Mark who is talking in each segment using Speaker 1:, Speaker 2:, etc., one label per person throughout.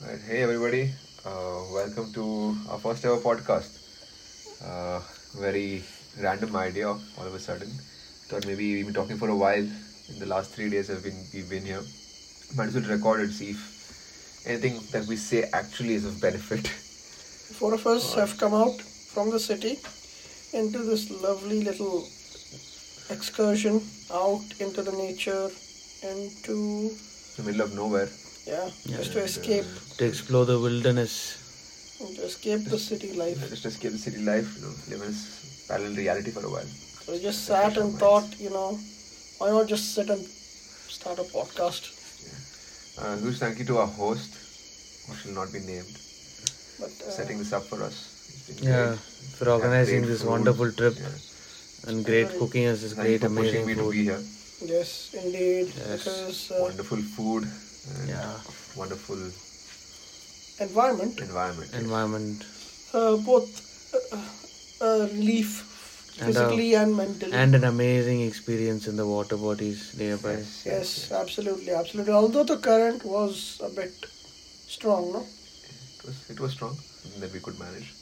Speaker 1: Right. Hey everybody, uh, welcome to our first ever podcast. Uh, very random idea all of a sudden. Thought maybe we've been talking for a while. In the last three days, I've been we've been here. Might as well record and see if anything that we say actually is of benefit.
Speaker 2: Four of us have come out from the city into this lovely little excursion out into the nature and to,
Speaker 1: In the middle of nowhere.
Speaker 2: yeah, just to escape,
Speaker 3: to explore the wilderness.
Speaker 2: and to escape the city
Speaker 1: Yeah,
Speaker 2: life.
Speaker 1: Just escape the city life, you know, live in this parallel reality for a while.
Speaker 2: So we just sat and thought, you know, why not just sit and start a podcast?
Speaker 1: Uh, huge thank you to our host, who shall not be named,
Speaker 2: But uh,
Speaker 1: setting this up for us. It's been
Speaker 3: Yeah,
Speaker 1: great.
Speaker 3: for organizing
Speaker 1: Great
Speaker 3: this
Speaker 1: food.
Speaker 3: wonderful trip
Speaker 1: Yeah.
Speaker 3: and great cooking us this
Speaker 1: Thank
Speaker 3: great
Speaker 1: you for pushing
Speaker 3: amazing
Speaker 1: me to
Speaker 3: food.
Speaker 1: be here.
Speaker 2: yes, indeed,
Speaker 3: Yes.
Speaker 2: because uh,
Speaker 1: wonderful food and
Speaker 3: Yeah.
Speaker 1: wonderful
Speaker 2: environment,
Speaker 1: environment.
Speaker 3: Environment
Speaker 2: uh, both uh, uh, relief
Speaker 3: And, uh,
Speaker 2: physically and mentally.
Speaker 3: and an amazing experience in the water bodies nearby.
Speaker 1: Yes, yes,
Speaker 2: Yes, absolutely, absolutely. Although the current was a bit strong, no?
Speaker 1: It was it was strong that we could manage.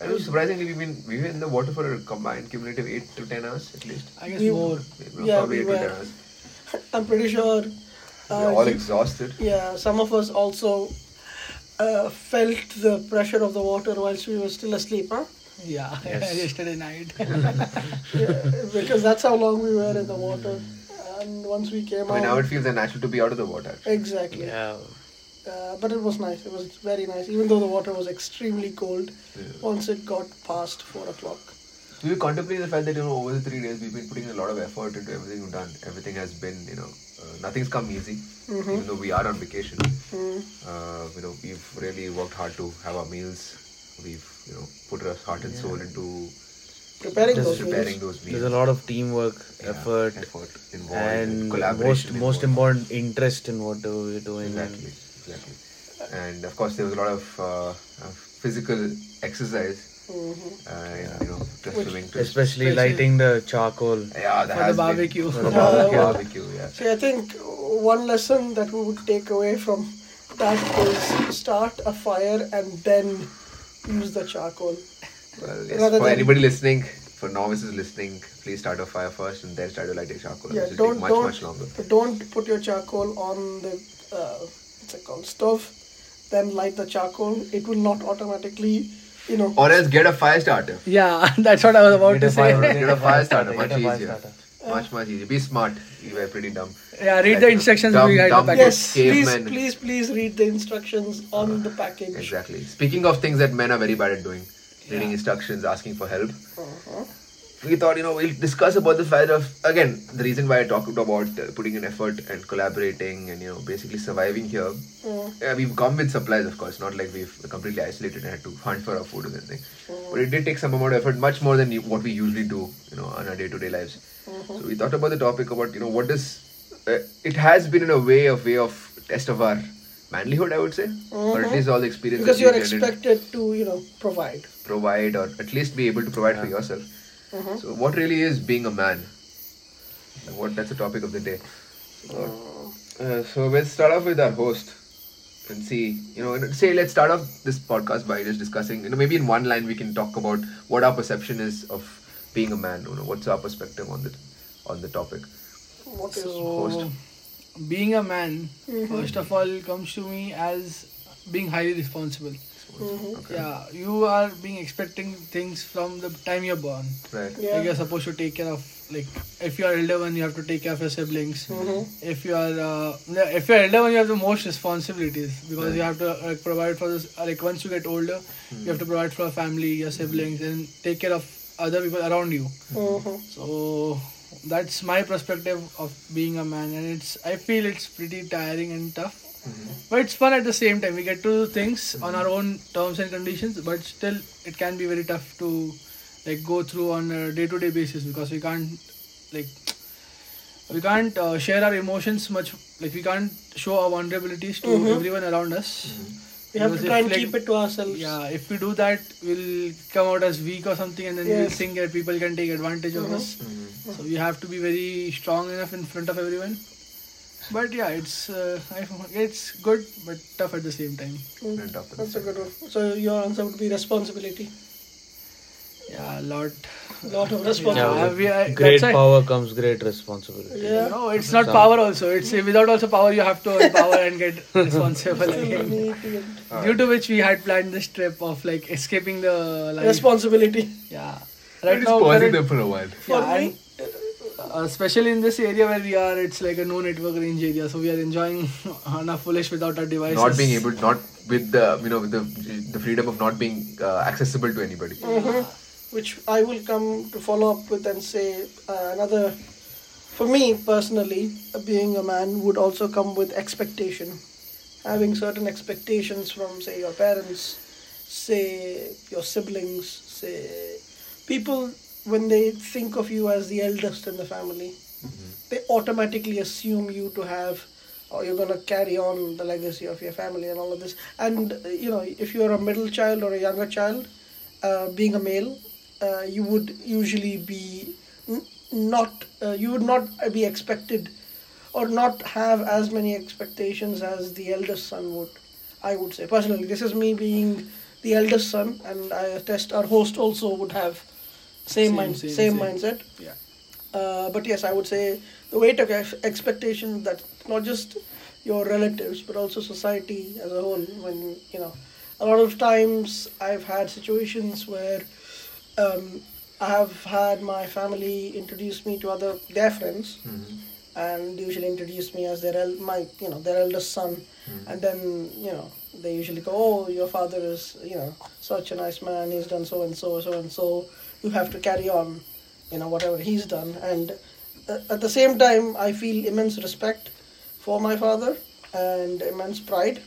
Speaker 1: And it was surprisingly we've been we were in the water for a combined cumulative eight to ten hours at least.
Speaker 3: I guess
Speaker 2: We-
Speaker 3: more.
Speaker 2: Yeah,
Speaker 1: probably
Speaker 2: we
Speaker 1: eight to ten
Speaker 2: were.
Speaker 1: hours.
Speaker 2: I'm pretty sure.
Speaker 1: We
Speaker 2: uh,
Speaker 1: were all
Speaker 2: you-
Speaker 1: exhausted.
Speaker 2: yeah, some of us also uh, felt the pressure of the water whilst we were still asleep, huh?
Speaker 4: Yeah,
Speaker 3: Yes.
Speaker 4: yesterday night.
Speaker 2: Yeah, because that's how long we were in the water. And once we came
Speaker 1: I mean now
Speaker 2: out,
Speaker 1: it feels unnatural to be out of the water actually.
Speaker 2: exactly.
Speaker 3: Yeah,
Speaker 2: Uh, but it was nice. It was very nice, even though the water was extremely cold. Once it got past four o'clock.
Speaker 1: So we contemplate the fact that you know over the three days we've been putting a lot of effort into everything we've done. Everything has been you know uh, nothing's come easy.
Speaker 2: Mm-hmm.
Speaker 1: Even though we are on vacation,
Speaker 2: Hmm.
Speaker 1: uh, you know we've really worked hard to have our meals. We've you know put our heart and soul into
Speaker 2: Preparing
Speaker 1: just
Speaker 2: those
Speaker 1: preparing
Speaker 2: meals.
Speaker 1: those meals.
Speaker 3: there's a lot of teamwork,
Speaker 1: Yeah,
Speaker 3: effort,
Speaker 1: effort involved,
Speaker 3: and most
Speaker 1: collaboration
Speaker 3: most
Speaker 1: involved.
Speaker 3: important interest in what we're doing.
Speaker 1: Exactly, exactly. And of course, there was a lot of uh, uh, physical exercise.
Speaker 2: Mm-hmm.
Speaker 1: Uh, You know, just swimming
Speaker 3: And
Speaker 1: to
Speaker 3: especially lighting the charcoal.
Speaker 1: yeah, that
Speaker 4: For the
Speaker 1: has been-
Speaker 4: barbecue.
Speaker 1: for the
Speaker 2: Yeah.
Speaker 1: barbecue,
Speaker 2: Yeah.
Speaker 1: barbecue, yeah.
Speaker 2: See, I think one lesson that we would take away from that is start a fire and then use the charcoal.
Speaker 1: Well, yes,
Speaker 2: Rather
Speaker 1: for
Speaker 2: than-
Speaker 1: anybody listening, for novices listening, please start a fire first and then start to light a charcoal.
Speaker 2: Yeah,
Speaker 1: which will
Speaker 2: don't
Speaker 1: take much,
Speaker 2: don't
Speaker 1: much longer.
Speaker 2: don't put your charcoal on the uh, what's it called stove. Then light the charcoal. It will not automatically, you know.
Speaker 1: Or else get a fire starter.
Speaker 4: yeah, that's what I was about to say.
Speaker 1: Get a fire starter,
Speaker 3: Get
Speaker 1: much
Speaker 3: a fire
Speaker 1: easier.
Speaker 3: starter.
Speaker 1: Much, much easier. Be smart. You were pretty dumb.
Speaker 4: Yeah, read
Speaker 1: Like
Speaker 4: the
Speaker 1: a
Speaker 4: instructions
Speaker 1: dumb,
Speaker 4: behind
Speaker 1: dumb
Speaker 4: the package.
Speaker 2: Yes, please,
Speaker 1: Cavemen.
Speaker 2: please, please read the instructions on the package.
Speaker 1: Uh, Exactly. Speaking of things that men are very bad at doing, reading instructions, asking for help. We thought, you know, we'll discuss about the fact of again the reason why I talked about uh, putting in effort and collaborating and you know basically surviving here. Yeah, we've come with supplies, of course, not like we've completely isolated and had to hunt for our food or anything. But it did take some amount of effort, much more than you- what we usually do, you know, on our day-to-day lives. So we thought about the topic about you know what does uh, it has been in a way a way of test of our manlyhood, I would say, or at least all the experience
Speaker 2: Because
Speaker 1: that
Speaker 2: you're
Speaker 1: we've gathered
Speaker 2: expected to, you know, provide.
Speaker 1: provide or at least be able to provide for yourself.
Speaker 2: Mm-hmm.
Speaker 1: So, what really is being a man? What that's the topic of the day. So, uh, so we'll start off with our host and see. You know, and say let's start off this podcast by just discussing. You know, maybe in one line we can talk about what our perception is of being a man. You know, what's our perspective on the on the topic?
Speaker 2: What is
Speaker 1: Host.
Speaker 4: So, being a man, first of all, comes to me as being highly responsible.
Speaker 2: Mm-hmm.
Speaker 1: Okay.
Speaker 4: Yeah, you are being expecting things from the time you're born.
Speaker 1: Right.
Speaker 2: Yeah.
Speaker 4: Like you're supposed to take care of, like, if you're elder one, you have to take care of your siblings. If you are, uh, yeah, if you're elder one, you have the most responsibilities because you have to uh, like, provide for this. uh, Like once you get older, you have to provide for your family, your siblings, and take care of other people around you.
Speaker 2: Mhm.
Speaker 4: So that's my perspective of being a man, and it's I feel it's pretty tiring and tough, but it's fun at the same time. We get to do things on our own terms and conditions, but still it can be very tough to like go through on a day-to-day basis because we can't like we can't uh, share our emotions much. Like we can't show our vulnerabilities to everyone around us.
Speaker 2: We have
Speaker 4: Because
Speaker 2: to
Speaker 4: if,
Speaker 2: try and
Speaker 4: like,
Speaker 2: keep it to ourselves.
Speaker 4: yeah, if we do that, we'll come out as weak or something, and then we'll
Speaker 2: Yes.
Speaker 4: think that people
Speaker 1: Mm-hmm.
Speaker 2: Mm-hmm.
Speaker 4: can take advantage of us. So we have to be very strong enough in front of everyone, But yeah, it's uh, I, it's good but tough at the same time.
Speaker 2: Mm-hmm.
Speaker 1: And tough at the
Speaker 2: That's a
Speaker 1: same
Speaker 2: good one. So your answer would be responsibility.
Speaker 4: Yeah, a lot.
Speaker 2: Lot of responsibility.
Speaker 4: Yeah, we, I,
Speaker 3: Great
Speaker 4: that's why-
Speaker 3: power comes great responsibility.
Speaker 2: Yeah.
Speaker 4: No, it's not power also. It's uh, without also power you have to earn power and get responsible
Speaker 2: Still
Speaker 4: again.
Speaker 2: we need to get-
Speaker 1: Alright.
Speaker 4: Due to which we had planned this trip of like escaping the like
Speaker 2: Responsibility.
Speaker 4: yeah.
Speaker 1: We're
Speaker 4: Right
Speaker 1: just
Speaker 4: now,
Speaker 1: pausing
Speaker 4: current-
Speaker 1: them for a while.
Speaker 2: For
Speaker 4: Yeah,
Speaker 2: me,
Speaker 4: uh, especially in this area where we are, it's like a no network range area, so we are enjoying on a foolish without our devices.
Speaker 1: Not being able, not with the you know with the the freedom of not being uh, accessible to anybody.
Speaker 2: Mm-hmm. which I will come to follow up with and say uh, another. For me personally, being a man would also come with expectation. Having certain expectations from, say, your parents, say, your siblings, say, people, when they think of you as the eldest in the family, Mm-hmm. they automatically assume you to have or you're going to carry on the legacy of your family and all of this and uh, you know if you're a middle child or a younger child uh, being a male uh, you would usually be n- not uh, you would not be expected or not have as many expectations as the eldest son would i would say personally this is me being the eldest son and i attest our host also would have same,
Speaker 4: Same,
Speaker 2: mind,
Speaker 4: same,
Speaker 2: same
Speaker 4: same.
Speaker 2: mindset
Speaker 4: Yeah.
Speaker 2: uh, but yes, I would say the weight of ex- expectations that not just your relatives but also society as a whole. When you know, a lot of times I've had situations where um, I have had my family introduce me to other their friends,
Speaker 1: Mm-hmm.
Speaker 2: and usually introduce me as their el- my you know their eldest son, and then you know they usually go, oh, your father is you know such a nice man. He's done so and so, so and so. You have to carry on you know whatever he's done and uh, at the same time i feel immense respect for my father and immense pride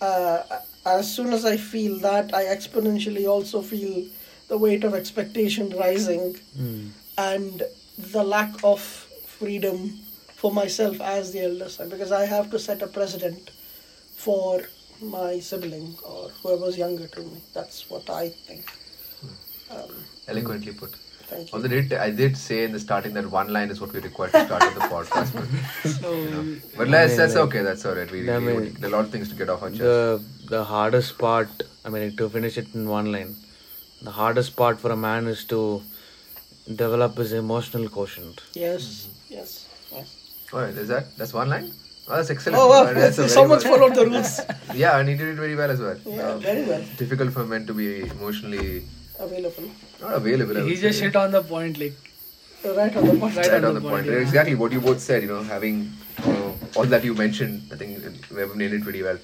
Speaker 2: uh, as soon as i feel that i exponentially also feel the weight of expectation rising
Speaker 3: Hmm.
Speaker 2: and the lack of freedom for myself as the eldest son because i have to set a precedent for my sibling or whoever's younger to me that's what i think um,
Speaker 1: Eloquently put.
Speaker 2: thank you
Speaker 1: Although did, I did say in the starting that one line is what we require to start off the podcast, but,
Speaker 4: So,
Speaker 1: but let's,
Speaker 3: mean,
Speaker 1: that's
Speaker 3: like-
Speaker 1: okay. That's all right. We,
Speaker 3: I
Speaker 1: we,
Speaker 3: mean,
Speaker 1: there are a lot of things to get off our chest.
Speaker 3: The the hardest part. I mean, to finish it in one line, the hardest part for a man is to develop his emotional quotient.
Speaker 2: Yes,
Speaker 1: Mm-hmm.
Speaker 2: yes, yes.
Speaker 1: All right, is that that's one line? Oh, that's excellent.
Speaker 2: Oh,
Speaker 1: All right, that's a
Speaker 2: wow.
Speaker 1: very
Speaker 2: someone's
Speaker 1: well-
Speaker 2: followed the rules.
Speaker 1: Yeah, and he did it very well as well.
Speaker 2: Yeah,
Speaker 1: Um,
Speaker 2: very well.
Speaker 1: Difficult for men to be emotionally
Speaker 2: Available.
Speaker 1: not available. I
Speaker 4: he
Speaker 1: would
Speaker 4: just
Speaker 1: say.
Speaker 4: hit on the point, like
Speaker 2: Right on the point.
Speaker 4: Right.
Speaker 1: right on the point. Exactly what you both said. You know, having you know, all that you mentioned, I think we have nailed it pretty well.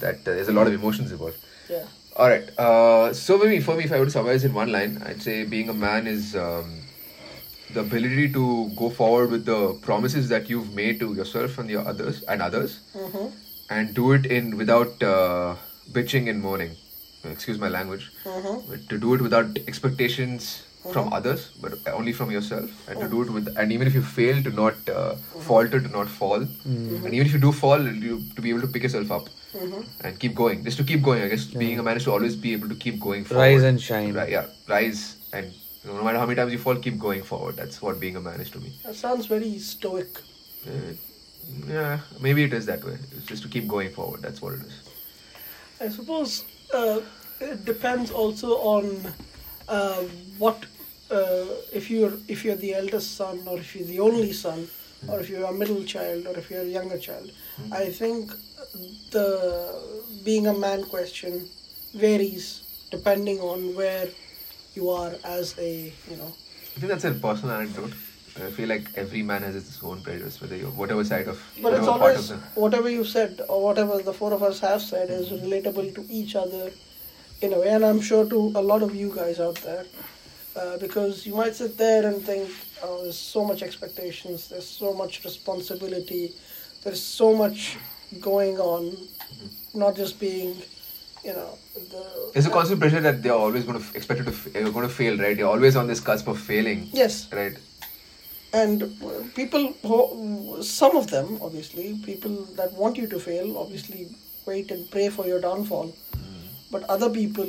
Speaker 1: That uh, there's a lot of emotions involved.
Speaker 2: Yeah.
Speaker 1: All right. Uh, so maybe for me, if I were to summarize in one line, I'd say being a man is um, the ability to go forward with the promises that you've made to yourself and your others and others,
Speaker 2: Mm-hmm.
Speaker 1: and do it in without uh, bitching and moaning. Excuse my language. But to do it without expectations from others, but only from yourself, and to do it with, and even if you fail, to not uh, falter, to not fall,
Speaker 3: Mm-hmm.
Speaker 1: and even if you do fall, you to be able to pick yourself up and keep going. Just to keep going, I guess being a man is to always be able to keep going. Forward.
Speaker 3: Rise and shine.
Speaker 1: Ri- yeah, rise and you know, no matter how many times you fall, keep going forward. That's what being a man is to me.
Speaker 2: That sounds very stoic.
Speaker 1: Uh, yeah, maybe it is that way. It's just to keep going forward. That's what it is.
Speaker 2: I suppose uh, it depends also on uh, what uh, if you're if you're the eldest son or if you're the only son or if you're a middle child or if you're a younger child. I think the being a man question varies depending on where you are as a you know
Speaker 1: I think that's a personal anecdote. I feel like every man has his own prejudice, whether you're whatever side of
Speaker 2: But it's
Speaker 1: whatever part
Speaker 2: always
Speaker 1: of the
Speaker 2: whatever you said or whatever the four of us have said is relatable to each other in a way, and I'm sure to a lot of you guys out there, uh, because you might sit there and think, "Oh, there's so much expectations, there's so much responsibility, there's so much going on, not just being, you know, the
Speaker 1: There's a constant pressure that they're always going to f- expected to f- you're going to fail, right? You're always on this cusp of failing,
Speaker 2: yes."
Speaker 1: right?
Speaker 2: and uh, people who, some of them obviously people that want you to fail obviously wait and pray for your downfall
Speaker 1: Mm.
Speaker 2: but other people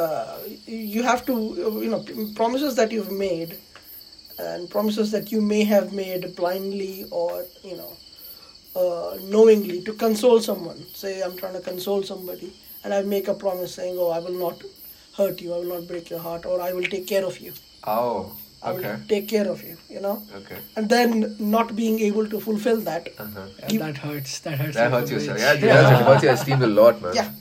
Speaker 2: uh, you have to uh, you know promises that you've made and promises that you may have made blindly or you know uh, knowingly to console someone. Say I'm trying to console somebody, and I make a promise saying, "Oh, I will not hurt you. I will not break your heart, or I will take care of you.
Speaker 1: Oh,
Speaker 2: I
Speaker 1: okay.
Speaker 2: will take care of you." You know.
Speaker 1: Okay.
Speaker 2: And then not being able to fulfill that.
Speaker 1: Uh-huh.
Speaker 4: Yeah, that hurts. That hurts.
Speaker 1: That
Speaker 4: like a
Speaker 1: hurts yourself.
Speaker 4: bitch.
Speaker 1: Yeah, yeah. it hurts your esteem a lot, man.
Speaker 2: Yeah.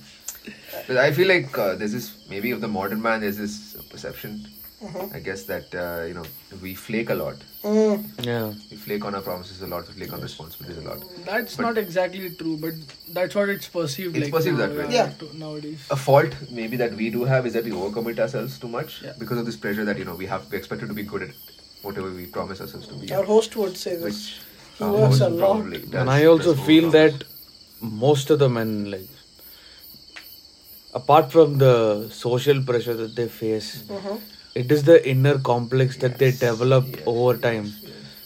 Speaker 1: But I feel like uh, there's this maybe of the modern man there's this perception,
Speaker 2: Mm-hmm.
Speaker 1: I guess that uh, you know we flake a lot.
Speaker 2: Mm.
Speaker 3: Yeah.
Speaker 1: We flake on our promises a lot. We flake on responsibilities a lot.
Speaker 4: That's
Speaker 1: But-
Speaker 4: not exactly true, but that's what it's perceived
Speaker 1: It's
Speaker 4: like.
Speaker 1: perceived
Speaker 4: now,
Speaker 1: that way.
Speaker 2: Yeah.
Speaker 4: to- Nowadays.
Speaker 1: A fault maybe that we do have is that we overcommit ourselves too much
Speaker 4: Yeah.
Speaker 1: because of this pressure that you know we have we expected to be good at whatever we promise ourselves to be.
Speaker 2: Our host would say this.
Speaker 1: which
Speaker 2: He
Speaker 1: uh,
Speaker 2: works a lot.
Speaker 1: probably does
Speaker 3: and I also
Speaker 1: press
Speaker 3: feel
Speaker 1: overpromise.
Speaker 3: that most of the men, like, apart from the social pressure that they face, it is the inner complex that they develop over time.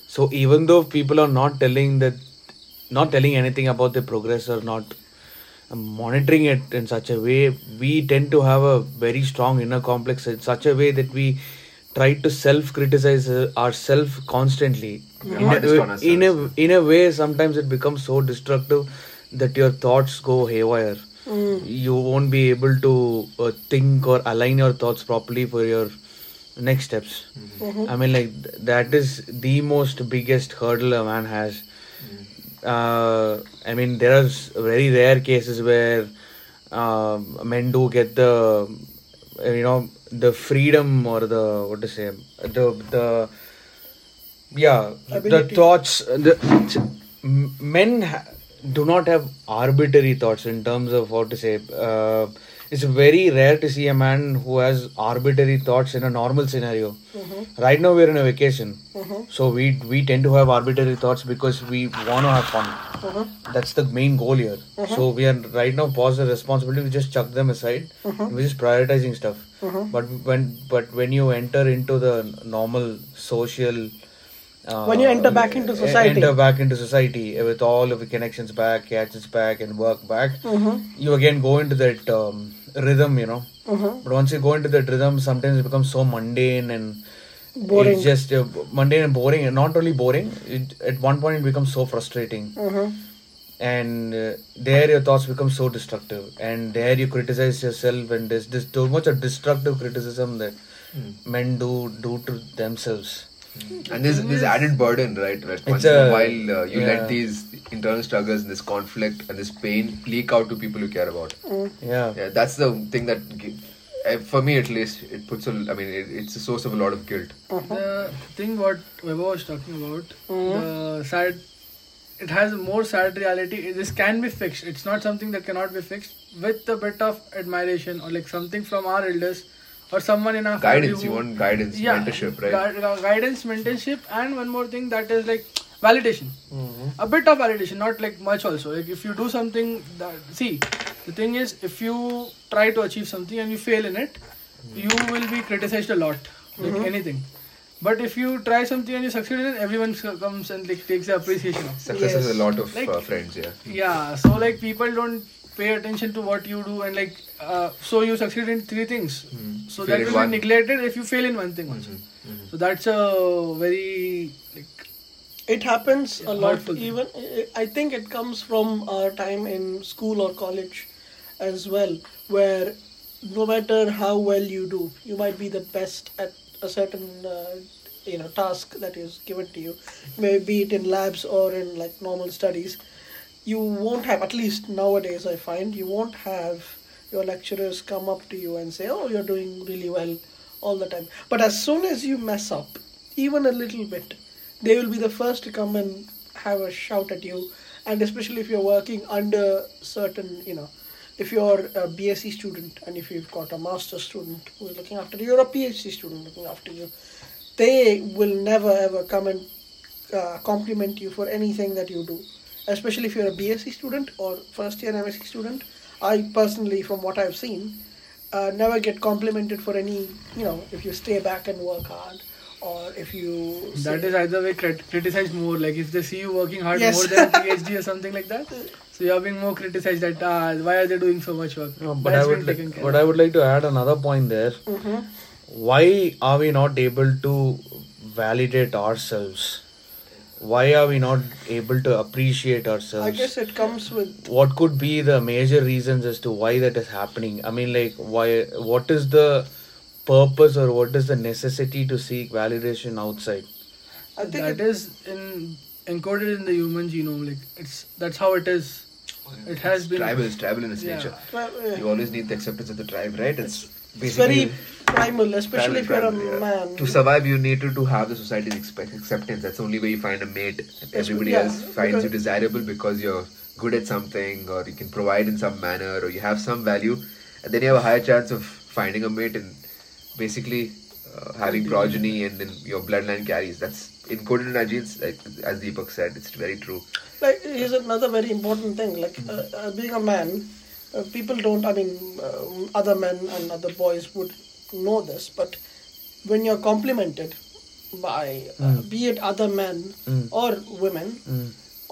Speaker 3: So even though people are not telling that, not telling anything about their progress or not monitoring it in such a way, we tend to have a very strong inner complex in such a way that we try to self-criticize uh, ourselves constantly
Speaker 1: We are
Speaker 3: in,
Speaker 1: hardest on
Speaker 3: a,
Speaker 1: ourselves.
Speaker 3: in a in a way sometimes it becomes so destructive that your thoughts go haywire you won't be able to uh, think or align your thoughts properly for your next steps i mean like th- that is the most biggest hurdle a man has uh, I mean, there are s- very rare cases where um, men do get the, uh, you know, the freedom or the what to say, the the yeah, the
Speaker 2: Ability.
Speaker 3: thoughts. uh, The m- men ha- do not have arbitrary thoughts in terms of how to say. Uh, it's very rare to see a man who has arbitrary thoughts in a normal scenario. Right now, we're in a vacation, so we we tend to have arbitrary thoughts because we want to have fun. That's the main goal here. So we are right now pause the responsibility. We just chuck them aside. We're just prioritizing stuff. But when but when you enter into the n- normal social uh,
Speaker 2: When you enter back into
Speaker 3: e-
Speaker 2: society.
Speaker 3: enter back into society with all of the connections back, catches back, and work back,
Speaker 2: Mm-hmm.
Speaker 3: you again go into that um, rhythm, you know.
Speaker 2: Mm-hmm.
Speaker 3: But once you go into that rhythm, sometimes it becomes so mundane and
Speaker 2: Boring.
Speaker 3: It's just uh, mundane and boring, and not only boring. It, at one point, it becomes so frustrating,
Speaker 2: Mm-hmm.
Speaker 3: and uh, there your thoughts become so destructive, and there you criticize yourself, and there's this too much of destructive criticism that men do do to themselves.
Speaker 1: And there's this added burden, right? That once
Speaker 3: It's
Speaker 1: in a
Speaker 3: a-
Speaker 1: while uh, you
Speaker 3: yeah.
Speaker 1: let these internal struggles and this conflict and this pain leak out to people you care about.
Speaker 3: Yeah,
Speaker 1: Yeah, that's the thing that, gi- eh, for me at least, it puts a. I mean, it, it's a source of a lot of guilt.
Speaker 4: The thing what Weber was talking about, the sad, it has more sad reality. This can be fixed. It's not something that cannot be fixed with a bit of admiration or like something from our elders or someone in our family
Speaker 1: Guidance, you
Speaker 4: who-
Speaker 1: want guidance, mentorship, right?
Speaker 4: gui- gui- guidance, mentorship, and one more thing that is like validation.
Speaker 1: Mm-hmm.
Speaker 4: A bit of validation, not like much also. Like if you do something, that, see, the thing is, if you try to achieve something and you fail in it,
Speaker 1: Mm-hmm.
Speaker 4: you will be criticized a lot, like anything. But if you try something and you succeed in it, everyone c- comes and like takes the appreciation of.
Speaker 1: Success has
Speaker 2: Yes.
Speaker 1: a lot of
Speaker 4: Like-
Speaker 1: uh, friends, yeah.
Speaker 4: Yeah, so like people don't pay attention to what you do and like uh, so you succeed in three things.
Speaker 3: Hmm.
Speaker 4: So
Speaker 1: Fail
Speaker 4: that
Speaker 1: in
Speaker 4: will
Speaker 1: one.
Speaker 4: be neglected if you fail in one thing also. So that's a very like
Speaker 2: It happens
Speaker 4: Yeah,
Speaker 2: a lot.
Speaker 4: hurtful thing.
Speaker 2: Even I I think it comes from our time in school or college as well, where no matter how well you do, you might be the best at a certain uh, you know task that is given to you, maybe it in labs or in like normal studies. You won't have at least nowadays. I find you won't have your lecturers come up to you and say, "Oh, you're doing really well," all the time. But as soon as you mess up, even a little bit, they will be the first to come and have a shout at you and especially if you're working under certain you know if you're a bsc student and if you've got a master's student who is looking after you or a phd student looking after you they will never ever come and uh, compliment you for anything that you do especially if you're a bsc student or first year msc student i personally from what i've seen uh, never get complimented for any you know if you stay back and work hard or if you
Speaker 4: that
Speaker 2: say-
Speaker 4: is either way crit- criticized more. Like if they see you working hard
Speaker 2: Yes.
Speaker 4: more than a PhD or something like that, so you are being more criticized that ah, why are they doing so much work?
Speaker 3: No, but
Speaker 4: That's
Speaker 3: I would
Speaker 4: been
Speaker 3: like,
Speaker 4: taken care
Speaker 3: but
Speaker 4: of.
Speaker 3: I would like to add another point there.
Speaker 2: Mm-hmm.
Speaker 3: Why are we not able to validate ourselves? why are we not able to appreciate ourselves
Speaker 2: I guess it comes with
Speaker 3: what could be the major reasons as to why that is happening i mean like why what is the purpose or what is the necessity to seek validation outside
Speaker 2: I think it,
Speaker 4: that is in encoded in the human genome. Like it's that's how it is.
Speaker 3: Oh,
Speaker 4: It has been.
Speaker 1: tribal is tribal in its
Speaker 4: Yeah.
Speaker 1: nature.
Speaker 2: well, eh,
Speaker 1: You always need the acceptance of the tribe, right? It's,
Speaker 2: it's
Speaker 1: basically
Speaker 2: very primal, especially if you're
Speaker 1: tribal,
Speaker 2: a
Speaker 1: tribal, yeah.
Speaker 2: man.
Speaker 1: To survive, you need to, to have the society's expect, acceptance. That's the only way you find a mate. And everybody
Speaker 2: yeah,
Speaker 1: else finds you
Speaker 2: because-
Speaker 1: desirable because you're good at something or you can provide in some manner or you have some value. And then you have a higher chance of finding a mate and basically uh, having progeny and then your bloodline carries. That's encoded in our genes, like, as Deepak said. It's very true.
Speaker 2: like here's another very important thing like uh, uh, being a man uh, people don't i mean uh, other men and other boys would know this but when you're complimented by uh,
Speaker 1: Hmm.
Speaker 2: be it other men or women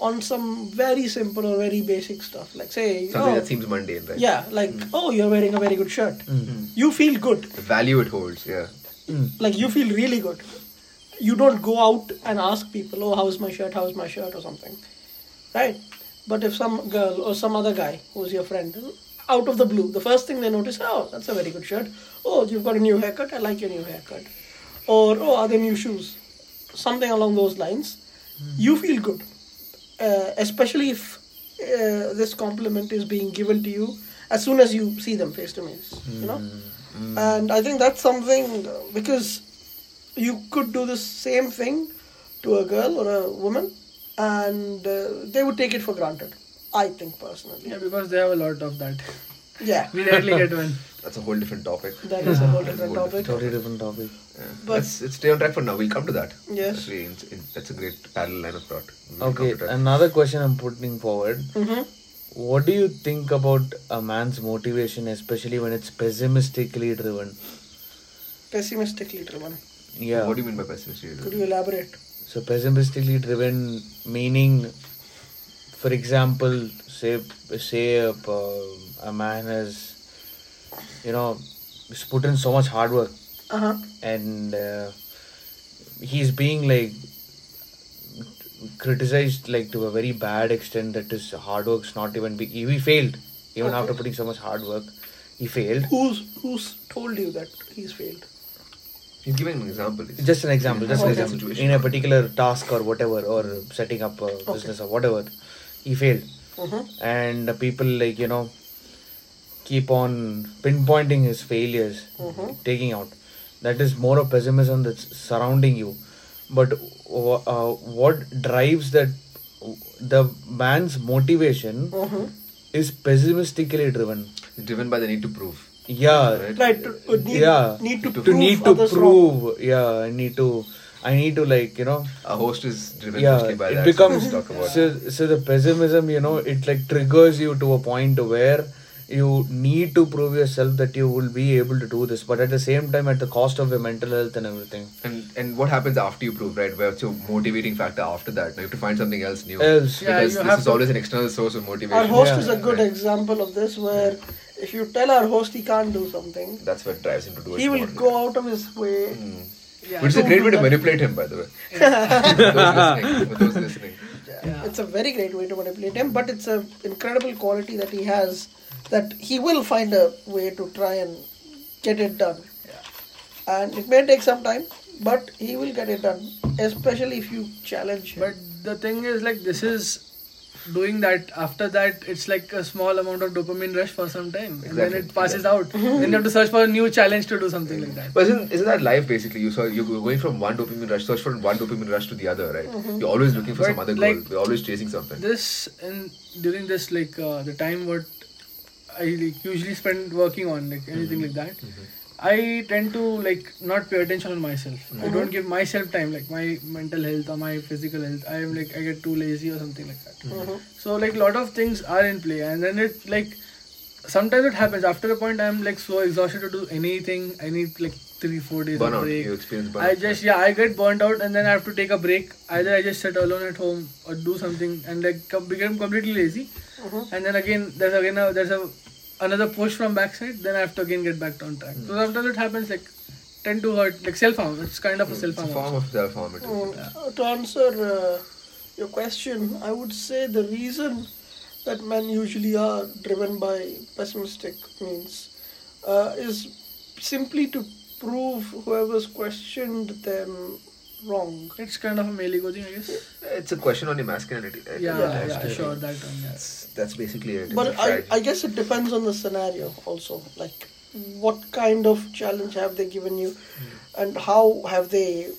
Speaker 2: on some very simple or very basic stuff like say
Speaker 1: Something
Speaker 2: oh,
Speaker 1: that seems Hmm. mundane, right?
Speaker 2: yeah like oh you're wearing a very good shirt
Speaker 1: Hmm.
Speaker 2: you feel good
Speaker 1: The value it holds, yeah.
Speaker 2: like you feel really good you don't go out and ask people oh how's my shirt how's my shirt or something right but if some girl or some other guy who's your friend out of the blue the first thing they notice oh that's a very good shirt oh you've got a new haircut i like your new haircut or oh are there new shoes something along those lines you feel good uh, especially if uh, this compliment is being given to you as soon as you see them face to face you know and i think that's something uh, because you could do the same thing to a girl or a woman and uh, they would take it for granted i think personally
Speaker 4: Yeah, because they have a lot of that.
Speaker 2: yeah
Speaker 4: We rarely get one.
Speaker 1: That's a whole different topic.
Speaker 2: that is a whole different
Speaker 1: Good.
Speaker 2: topic
Speaker 3: totally different topic
Speaker 1: Yeah.
Speaker 2: But-
Speaker 1: let's, let's stay on track for now. We'll come to that.
Speaker 2: Yes.
Speaker 1: Actually, in, in, that's a great parallel line of thought. We'll
Speaker 3: okay
Speaker 1: come to that.
Speaker 3: another question i'm putting forward
Speaker 2: hmm
Speaker 3: what do you think about a man's motivation especially when it's pessimistically driven
Speaker 2: pessimistically driven
Speaker 3: yeah
Speaker 1: What do you mean by pessimistic?
Speaker 2: could you elaborate
Speaker 3: So pessimistically driven, meaning, for example, say say a, p- a man has, you know, he's put in so much hard work
Speaker 2: uh-huh
Speaker 3: and uh, he's being like criticized like to a very bad extent that his hard work's not even be- he failed even after putting so much hard work he failed
Speaker 2: who's who's told you that he's failed
Speaker 1: He's giving an example. He's-
Speaker 3: just an example just an
Speaker 2: Okay.
Speaker 3: example in a particular task or whatever or setting up a business or whatever he failed
Speaker 2: uh-huh.
Speaker 3: and the people like you know keep on pinpointing his failures taking out that is more of pessimism that's surrounding you but uh, what drives that the man's motivation is pessimistically driven
Speaker 1: driven by the need to prove.
Speaker 3: yeah
Speaker 1: Right.
Speaker 2: right to, to need,
Speaker 3: yeah
Speaker 2: Oh, need to,
Speaker 3: to
Speaker 2: prove
Speaker 3: need to
Speaker 2: others wrong.
Speaker 3: prove yeah i need to i need to like you know
Speaker 1: A host is driven
Speaker 3: yeah
Speaker 1: mostly by
Speaker 3: it
Speaker 1: that. so
Speaker 3: becomes
Speaker 1: let's talk about
Speaker 3: so, so the pessimism you know it like triggers you to a point where you need to prove yourself that you will be able to do this but at the same time at the cost of your mental health and everything
Speaker 1: And and what happens after you prove, right? Where's your motivating factor after that? Now you have to find something else new.
Speaker 3: Else.
Speaker 4: Yeah,
Speaker 1: Because
Speaker 4: you
Speaker 1: this
Speaker 4: have
Speaker 1: is
Speaker 4: to-
Speaker 1: always an external source of motivation.
Speaker 2: our host
Speaker 3: Yeah.
Speaker 2: is a good example of this where if you tell our host he can't do something
Speaker 1: That's what drives him to do it.
Speaker 2: he will
Speaker 1: more.
Speaker 2: go out of his way
Speaker 3: Hmm.
Speaker 4: Yeah.
Speaker 1: Which is a great way to manipulate him, by the way. for those listening. For those listening.
Speaker 4: Yeah.
Speaker 2: it's a very great way to manipulate him but it's an incredible quality that he has that he will find a way to try and get it done and it may take some time but he will get it done especially if you challenge him
Speaker 4: But the thing is, like, this is doing that. After that, it's like a small amount of dopamine rush for some time, and then
Speaker 1: Exactly.
Speaker 4: it passes out. then you have to search for a new challenge to do something like that.
Speaker 1: But isn't, isn't that life basically? You saw you're going from one dopamine rush, search from one dopamine rush to the other, right? You're always looking for
Speaker 4: Mm-hmm. But
Speaker 1: some other goal.
Speaker 4: like-
Speaker 1: You're always chasing something.
Speaker 4: This and during this, like, uh, the time what I like, usually spend working on, like anything like that.
Speaker 1: Mm-hmm.
Speaker 4: I tend to like not pay attention on myself.
Speaker 1: Mm-hmm.
Speaker 4: I don't give myself time, like my mental health or my physical health. I am like I get too lazy or something like that.
Speaker 1: Mm-hmm.
Speaker 4: So like lot of things are in play, and then it like sometimes it happens. After a point, I'm like so exhausted to do anything. I need like three four days of
Speaker 1: Burnout.
Speaker 4: break.
Speaker 1: You experience burnout.
Speaker 4: I just yeah I get burnt out, and then I have to take a break. Either I just sit alone at home or do something, and like com- become completely lazy.
Speaker 2: Mm-hmm.
Speaker 4: And then again there's again a, there's a another push from backside. Then I have to again get back on track. So sometimes it happens like tend to hurt like self harm. It's kind of a self
Speaker 1: It's a
Speaker 4: harm. Mm.
Speaker 1: form of self harm. it is.
Speaker 2: Uh, to answer uh, your question, I would say the reason that men usually are driven by pessimistic means uh, is simply to prove whoever's questioned them wrong.
Speaker 4: It's kind of a male ego thing, I guess.
Speaker 1: It's a question on your masculinity. I think
Speaker 4: Yeah, yeah,
Speaker 1: that's the
Speaker 4: sure,
Speaker 1: thing.
Speaker 4: that one. Yeah.
Speaker 1: That's basically it.
Speaker 2: But
Speaker 1: It's
Speaker 2: I,
Speaker 1: right.
Speaker 2: I guess it depends on the scenario also. Like, what kind of challenge have they given you, and how have they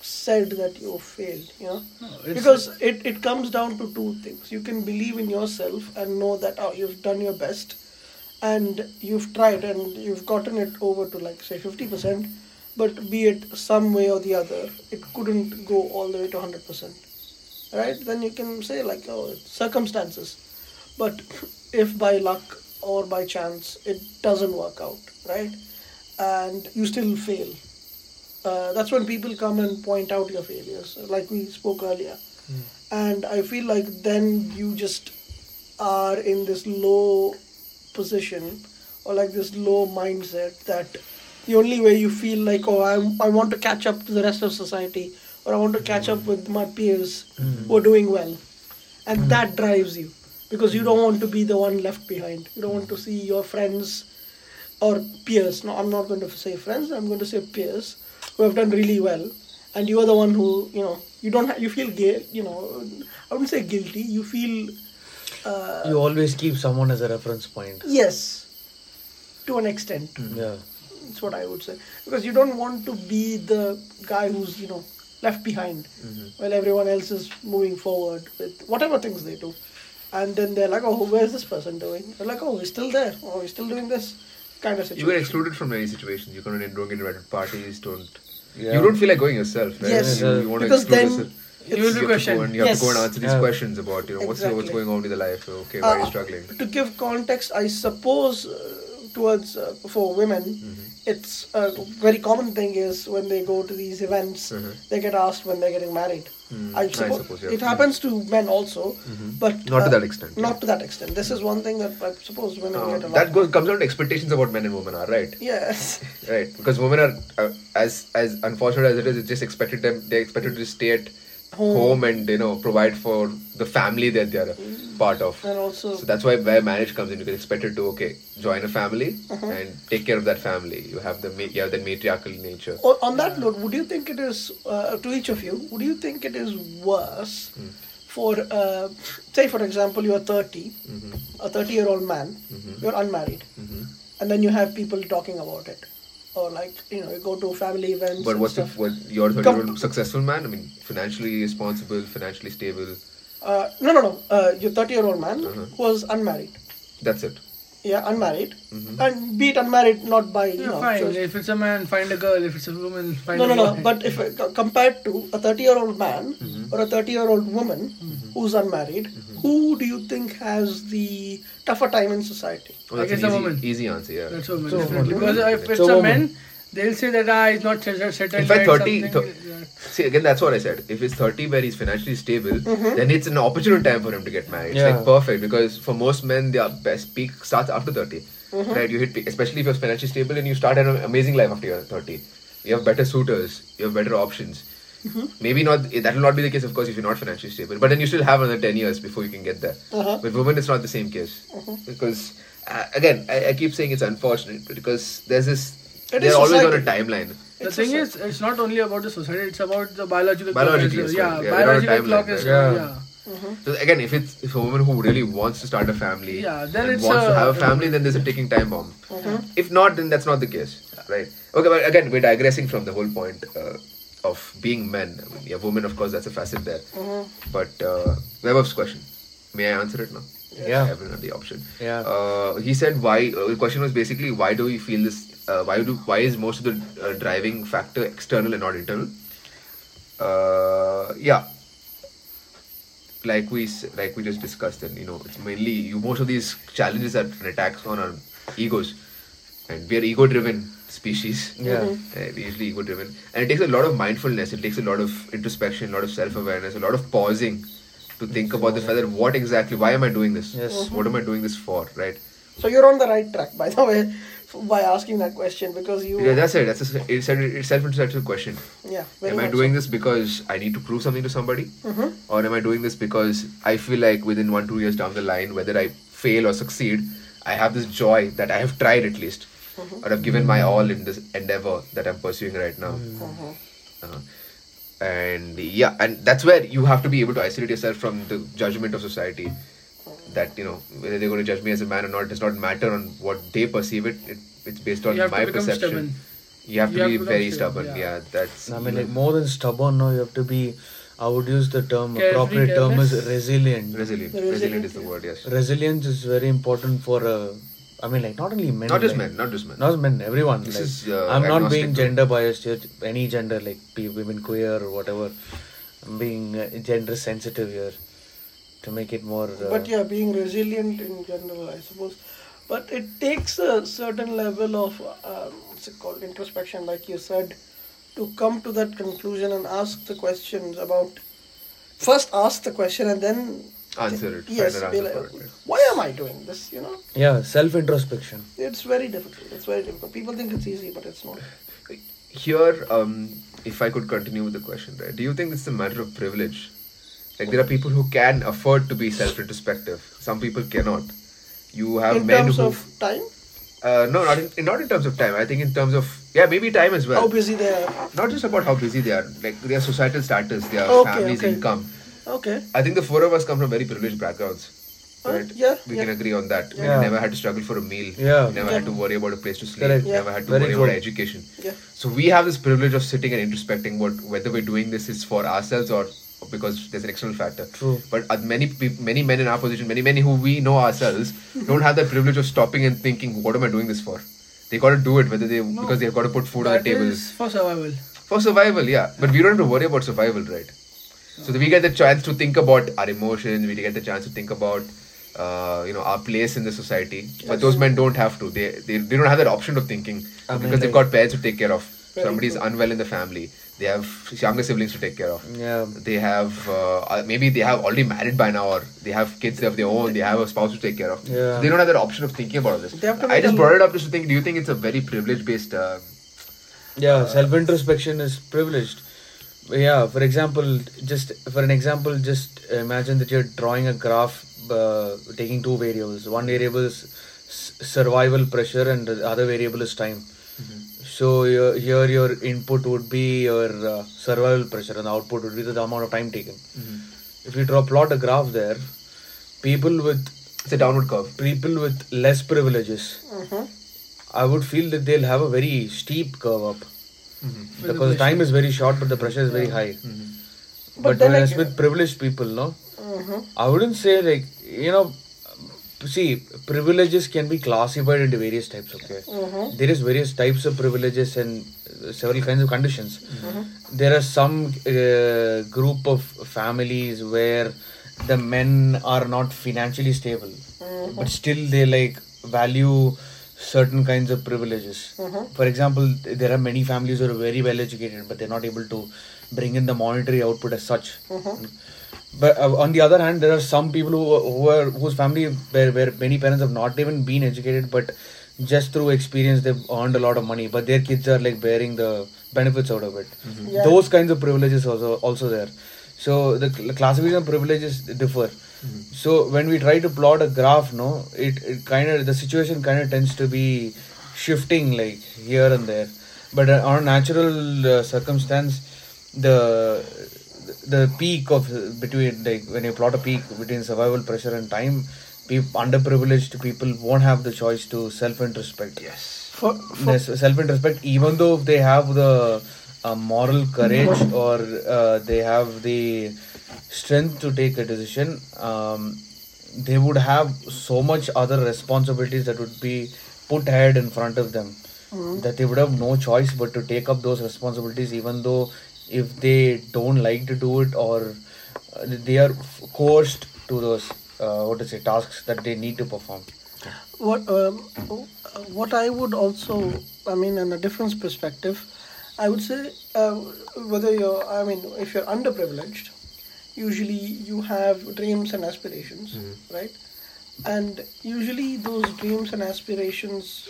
Speaker 2: said that you failed? You know,
Speaker 4: No, it's-
Speaker 2: because it, it comes down to two things. You can believe in yourself and know that oh, you've done your best, and you've tried and you've gotten it over to like say fifty percent, but be it some way or the other, it couldn't go all the way to hundred percent right then you can say like oh it's circumstances but if by luck or by chance it doesn't work out right and you still fail uh, that's when people come and point out your failures like we spoke earlier and i feel like then you just are in this low position or like this low mindset that the only way you feel like oh I'm, i want to catch up to the rest of society or i want to catch up with my peers who are doing well and that drives you because you don't want to be the one left behind you don't want to see your friends or peers no i'm not going to say friends i'm going to say peers who have done really well and you are the one who you know you don't ha- you feel gay you know i wouldn't say guilty you feel uh,
Speaker 3: You always keep someone as a reference point.
Speaker 2: Yes, to an extent.
Speaker 3: Yeah.
Speaker 2: That's what I would say. Because you don't want to be the guy who's, you know, left behind
Speaker 1: Mm-hmm.
Speaker 2: while everyone else is moving forward with whatever things they do. And then they're like, oh, where's this person doing? They're like, oh, he's still there. Oh, he's still doing this kind of
Speaker 1: you
Speaker 2: situation.
Speaker 1: were excluded from many situations. You couldn't don't get invited to parties. Don't.
Speaker 3: Yeah.
Speaker 1: You don't feel like going yourself, right?
Speaker 2: Yes,
Speaker 1: You, you want
Speaker 2: because
Speaker 1: to exclude
Speaker 2: then
Speaker 1: yourself.
Speaker 4: You
Speaker 2: it's-
Speaker 1: You have,
Speaker 4: will be
Speaker 1: to go
Speaker 4: questioned.
Speaker 1: and, you have to go and
Speaker 2: Yes.
Speaker 1: answer these
Speaker 3: Yeah.
Speaker 1: questions about you know what's what's
Speaker 2: Exactly.
Speaker 1: going on with your life. Okay, why are you
Speaker 2: Uh,
Speaker 1: struggling?
Speaker 2: To give context, I suppose uh, towards uh, for women,
Speaker 1: Mm-hmm.
Speaker 2: it's a very common thing is when they go to these events, they get asked when they're getting married. I,
Speaker 1: Mm-hmm. I
Speaker 2: suppo-
Speaker 1: suppose, yeah. Mm-hmm.
Speaker 2: it happens to men also, but uh,
Speaker 1: Not to that extent,
Speaker 2: Not
Speaker 1: yeah.
Speaker 2: to that extent. This is one thing that I suppose women
Speaker 1: Uh,
Speaker 2: get a lot.
Speaker 1: that goes comes down to expectations of what men and women are, right?
Speaker 2: yes,
Speaker 1: Right, because women are uh, as as unfortunate as it is, it's just expected them. They expected to stay at home.
Speaker 2: Home.
Speaker 1: and you know provide for the family that they are a part of.
Speaker 2: Mm. and also
Speaker 1: So that's why where marriage comes in. You're expected to okay join a family
Speaker 2: Uh-huh.
Speaker 1: and take care of that family. You have the ma- you have the matriarchal nature.
Speaker 2: O- on that note, would you think it is uh, to each of you? Would you think it is worse
Speaker 1: Hmm.
Speaker 2: for, uh, say, for example, you are 30
Speaker 1: Mm-hmm.
Speaker 2: a thirty-year-old man, you're unmarried, and then you have people talking about it, or like you know, you go to family events.
Speaker 1: But
Speaker 2: and
Speaker 1: what's the,
Speaker 2: stuff.
Speaker 1: what you're
Speaker 2: Com-
Speaker 1: a successful man? I mean, financially responsible, financially stable.
Speaker 2: Uh, no, no, no. Uh, you're thirty-year-old man
Speaker 1: Uh-huh.
Speaker 2: who was unmarried.
Speaker 1: That's it.
Speaker 2: Yeah, unmarried,
Speaker 1: Mm-hmm.
Speaker 2: and be it unmarried not by you
Speaker 4: Yeah,
Speaker 2: know.
Speaker 4: fine.
Speaker 2: choice-
Speaker 4: If it's a man, find a girl. If it's a woman, find
Speaker 2: no,
Speaker 4: a
Speaker 2: no, no.
Speaker 4: woman.
Speaker 2: But if uh, co- compared to a 30 year old man
Speaker 1: Mm-hmm.
Speaker 2: or a 30 year old woman who's unmarried, who do you think has the tougher time in society?
Speaker 1: Oh,
Speaker 4: I
Speaker 1: that's
Speaker 4: guess
Speaker 1: an
Speaker 4: a
Speaker 1: easy,
Speaker 4: woman.
Speaker 1: easy answer. Yeah.
Speaker 4: That's women,
Speaker 3: So
Speaker 4: definitely.
Speaker 3: women.
Speaker 4: Because if it's
Speaker 3: So
Speaker 4: a
Speaker 3: women.
Speaker 4: man, they'll say that ah, it's not settled. settled
Speaker 1: In fact, 30
Speaker 4: yet, something-
Speaker 1: th-
Speaker 4: yeah.
Speaker 1: See again, that's what I said. If it's thirty where he's financially stable,
Speaker 2: Mm-hmm.
Speaker 1: then it's an opportune time for him to get married. It's like
Speaker 3: Yeah.
Speaker 1: perfect because for most men, their best peak starts after 30
Speaker 2: Mm-hmm.
Speaker 1: Right? You hit peak, especially if you're financially stable and you start an amazing life after you're thirty. You have better suitors. You have better options.
Speaker 2: Mm-hmm.
Speaker 1: Maybe not. eh, That will not be the case, of course, if you're not financially stable. But then you still have another ten years before you can get there.
Speaker 2: Uh-huh.
Speaker 1: With women, it's not the same case
Speaker 2: Mm-hmm.
Speaker 1: because uh, again, I, I keep saying it's unfortunate because there's this.
Speaker 2: It
Speaker 1: they're
Speaker 2: is
Speaker 1: always on a
Speaker 2: society.
Speaker 1: timeline.
Speaker 4: The
Speaker 2: It's
Speaker 4: thing
Speaker 2: a-
Speaker 4: is, it's not only about the society; it's about the biological.
Speaker 1: Biologically as
Speaker 4: clock as
Speaker 1: well,
Speaker 4: well.
Speaker 1: yeah,
Speaker 4: Yeah,
Speaker 1: without
Speaker 4: biological
Speaker 1: timeline,
Speaker 4: clock
Speaker 1: right? Mm-hmm.
Speaker 4: is well,
Speaker 3: Yeah.
Speaker 4: yeah.
Speaker 1: So again, if it's if a woman who really wants to start a family
Speaker 4: Yeah, then
Speaker 1: and
Speaker 4: it's
Speaker 1: wants to
Speaker 4: a- Mm-hmm.
Speaker 1: have a family, then there's a ticking time bomb. If not, then that's not the case, right? Okay, but again, we're digressing from the whole point uh, of being men. I mean, yeah, women, of course, that's a facet there.
Speaker 4: Mm-hmm.
Speaker 1: But uh, Webov's question, may I answer it now?
Speaker 3: Yeah.
Speaker 1: I haven't had the option.
Speaker 3: Yeah.
Speaker 1: Uh, he said, "Why?" Uh, the question was basically, "Why do we feel this? Uh, why do? Why is most of the uh, driving factor external and not internal?" Uh, yeah like we s- like we just discussed and you know it's mainly you most of these challenges are an attacks on our egos and we are ego driven species
Speaker 3: Yeah. Mhm.
Speaker 1: Uh, we're usually ego driven and it takes a lot of mindfulness it takes a lot of introspection a lot of self awareness a lot of pausing to think about the fact that what exactly why am i doing this
Speaker 3: Yes.
Speaker 1: what am i doing this for right
Speaker 2: So you're on the right track, by the way. f- by asking that question because you.
Speaker 1: Yeah, that's it. That's a, it's a, it's self-introspective question.
Speaker 2: yeah, very
Speaker 1: am I
Speaker 2: much
Speaker 1: doing this because I need to prove something to somebody,
Speaker 2: Mhm.
Speaker 1: or am I doing this because I feel like within one two years down the line, whether I fail or succeed, I have this joy that I have tried at least,
Speaker 2: Mm-hmm.
Speaker 1: or I've given my all in this endeavor that I'm pursuing right now.
Speaker 2: Mm-hmm.
Speaker 1: Uh, and yeah, and that's where you have to be able to isolate yourself from the judgment of society. That you know whether they're going to judge me as a man or not does not matter on what they perceive it. it it's based on
Speaker 4: You have to
Speaker 1: my
Speaker 4: become
Speaker 1: perception.
Speaker 4: stubborn.
Speaker 1: You have to
Speaker 4: You
Speaker 1: be
Speaker 4: have to become
Speaker 1: very
Speaker 4: stubborn,
Speaker 1: stubborn. Yeah.
Speaker 4: yeah.
Speaker 1: that's.
Speaker 3: I mean, like more than stubborn, no, you have to be. I would use the term,
Speaker 4: Carefree,
Speaker 3: appropriate term is
Speaker 4: careless.
Speaker 3: resilient.
Speaker 1: Resilient.
Speaker 2: Resilient,
Speaker 1: Resilient, is the
Speaker 2: yeah.
Speaker 1: word, yes.
Speaker 3: Resilience is very important for, uh, I mean, like not only men.
Speaker 1: Not just
Speaker 3: like-
Speaker 1: men, not just men.
Speaker 3: Not just men, everyone.
Speaker 1: This
Speaker 3: like,
Speaker 1: is, uh,
Speaker 3: I'm not being
Speaker 1: agnostic.
Speaker 3: gender biased here, any gender, like be women queer or whatever. I'm being uh, gender sensitive here to make it more. Uh,
Speaker 2: But yeah, being resilient in general, I suppose. But it takes a certain level of um, what's it called introspection, like you said, to come to that conclusion and ask the questions about. First, ask the question and then
Speaker 1: Answer it.
Speaker 2: Yes,
Speaker 1: find an
Speaker 2: be
Speaker 1: answer
Speaker 2: like,
Speaker 1: for it.
Speaker 2: why am I doing this? You know,
Speaker 3: Yeah, self introspection.
Speaker 2: it's very difficult. It's very difficult. People think it's easy, but it's not.
Speaker 1: Here, um, if I could continue with the question, right? Do you think it's a matter of privilege? Like there are people who can afford to be self-introspective. Some people cannot. You have
Speaker 2: in
Speaker 1: men
Speaker 2: terms
Speaker 1: who,
Speaker 2: of time,
Speaker 1: uh, no, not in, not in terms of time. I think in terms of yeah, maybe time as well.
Speaker 2: how busy they are.
Speaker 1: not just about how busy they are, like their societal status, their
Speaker 2: Okay,
Speaker 1: family's
Speaker 2: okay.
Speaker 1: income.
Speaker 2: Okay.
Speaker 1: I think the four of us come from very privileged backgrounds.
Speaker 2: Uh,
Speaker 1: Right?
Speaker 2: yeah,
Speaker 1: We
Speaker 2: yeah.
Speaker 1: can agree on that.
Speaker 3: Yeah.
Speaker 1: We never had to struggle for a meal.
Speaker 3: Yeah.
Speaker 1: We never had to worry about a place to sleep.
Speaker 3: Correct.
Speaker 1: We
Speaker 2: Yeah.
Speaker 1: never had to
Speaker 3: Very
Speaker 1: worry
Speaker 3: true.
Speaker 1: about education.
Speaker 2: Yeah.
Speaker 1: So we have this privilege of sitting and introspecting what whether we're doing this is for ourselves or because there's an external factor.
Speaker 3: True.
Speaker 1: But uh, many peop- many men in our position, many men who we know ourselves, don't have that privilege of stopping and thinking, what am I doing this for? They got to do it whether they
Speaker 4: No.
Speaker 1: because they've got to put food on the
Speaker 4: That
Speaker 1: table
Speaker 4: is for survival.
Speaker 1: for survival. Yeah, but we don't have to worry about survival, right? So we get the chance to think about our emotions. We get the chance to think about, uh, you know, our place in the society. But those men don't have to. They they, they don't have that option of thinking
Speaker 3: I mean,
Speaker 1: because they've
Speaker 3: like-
Speaker 1: got parents to take care of.
Speaker 2: Very
Speaker 1: Somebody's unwell in the family. They have younger siblings to take care of.
Speaker 3: Yeah.
Speaker 1: They have uh, uh, maybe they have already married by now, or they have kids of their own. They have a spouse to take care of.
Speaker 3: Yeah.
Speaker 1: So they don't have that option of thinking about all this.
Speaker 2: They have to
Speaker 1: I
Speaker 2: make
Speaker 1: just
Speaker 2: a-
Speaker 1: brought it up just to think. Do you think it's a very privilege based? Uh,
Speaker 3: Yeah, self introspection is privileged. Yeah, for example, just for an example, just imagine that you're drawing a graph uh, taking two variables. One variable is s- survival pressure, and the other variable is time. So your, here, your input would be your uh, survival pressure, and the output would be the amount of time taken. If you draw plot a graph there, people with
Speaker 1: it's a downward curve.
Speaker 3: people with less privileges, I would feel that they'll have a very steep curve up
Speaker 1: Mm-hmm.
Speaker 3: because the time is very short, but the pressure is very high.
Speaker 2: But
Speaker 3: But,
Speaker 2: then
Speaker 3: whereas
Speaker 2: ag-
Speaker 3: with privileged people, no,
Speaker 2: Mhm.
Speaker 3: I wouldn't say like you know. See, privileges can be classified into various types. Okay,
Speaker 2: Mm-hmm.
Speaker 3: There is various types of privileges and uh, several kinds of conditions.
Speaker 2: Mm-hmm.
Speaker 3: There are some uh, group of families where the men are not financially stable, but still they like value certain kinds of privileges. For example, th- there are many families who are very well educated, but they're not able to bring in the monetary output as such. But uh, on the other hand, there are some people who, who are whose family where, where many parents have not even been educated, but just through experience they've earned a lot of money. But their kids are like bearing the benefits out of it.
Speaker 2: Yeah.
Speaker 3: Those kinds of privileges also also there. So the cl- classification of privileges differ. So when we try to plot a graph, no, it, it kind of the situation kind of tends to be shifting like here and there. But uh, on a natural uh, circumstance, the the peak of between like when you plot a peak between survival pressure and time peop underprivileged people won't have the choice to self introspect
Speaker 1: Yes.
Speaker 2: For, for
Speaker 3: self introspect even though if they have the uh, moral courage or uh, they have the strength to take a decision um, they would have so much other responsibilities that would be put ahead in front of them that they would have no choice but to take up those responsibilities even though if they don't like to do it or uh, they are coerced to those uh, what to say tasks that they need to perform
Speaker 2: what um, what I would also, I mean, in a different perspective, I would say uh, whether you're, I mean, if you're underprivileged, usually you have dreams and aspirations, right? And usually those dreams and aspirations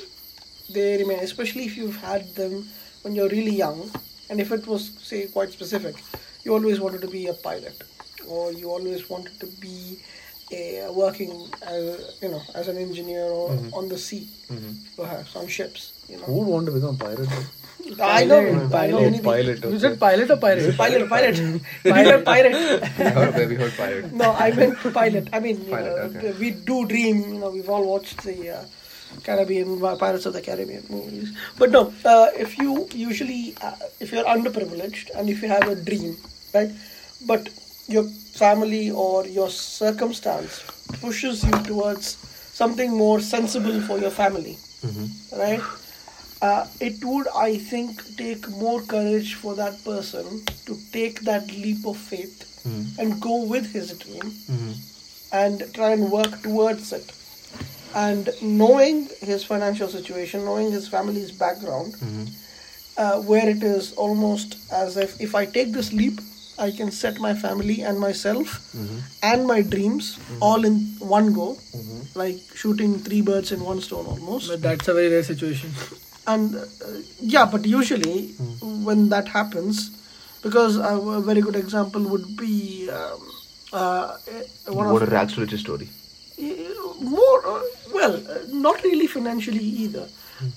Speaker 2: they remain, especially if you've had them when you're really young, and if it was say quite specific, you always wanted to be a pilot, or you always wanted to be a working as you know as an engineer or
Speaker 3: Mm-hmm.
Speaker 2: on the sea, perhaps on ships. You
Speaker 3: Who
Speaker 2: know,
Speaker 3: would want to become pirate?
Speaker 2: I know, I know
Speaker 3: Pilot,
Speaker 2: many people.
Speaker 3: pilot.
Speaker 4: You
Speaker 3: okay.
Speaker 4: said pilot or pirate?
Speaker 2: Pilot, pilot, pilot, pirate.
Speaker 1: We heard, we heard pirate.
Speaker 2: No, I meant pilot. I mean, you
Speaker 1: Pilot,
Speaker 2: know,
Speaker 1: okay.
Speaker 2: we do dream. You know, we've all watched the uh, Caribbean uh, Pirates of the Caribbean movies. But no, uh, if you usually, uh, if you're underprivileged and if you have a dream, right? But your family or your circumstance pushes you towards something more sensible for your family,
Speaker 1: Mm-hmm.
Speaker 2: right? Uh, it would, I think, take more courage for that person to take that leap of faith
Speaker 1: Mm-hmm.
Speaker 2: and go with his dream and try and work towards it. And knowing his financial situation, knowing his family's background, uh, where it is almost as if if I take this leap, I can set my family and myself and my dreams all in one go, like shooting three birds in one stone almost
Speaker 4: But that's a very rare situation.
Speaker 2: and uh, yeah but usually when that happens because a, a very good example would be um, uh, eh, one
Speaker 1: What a
Speaker 2: of
Speaker 1: rags to riches story.
Speaker 2: eh, more uh, well uh, not really financially either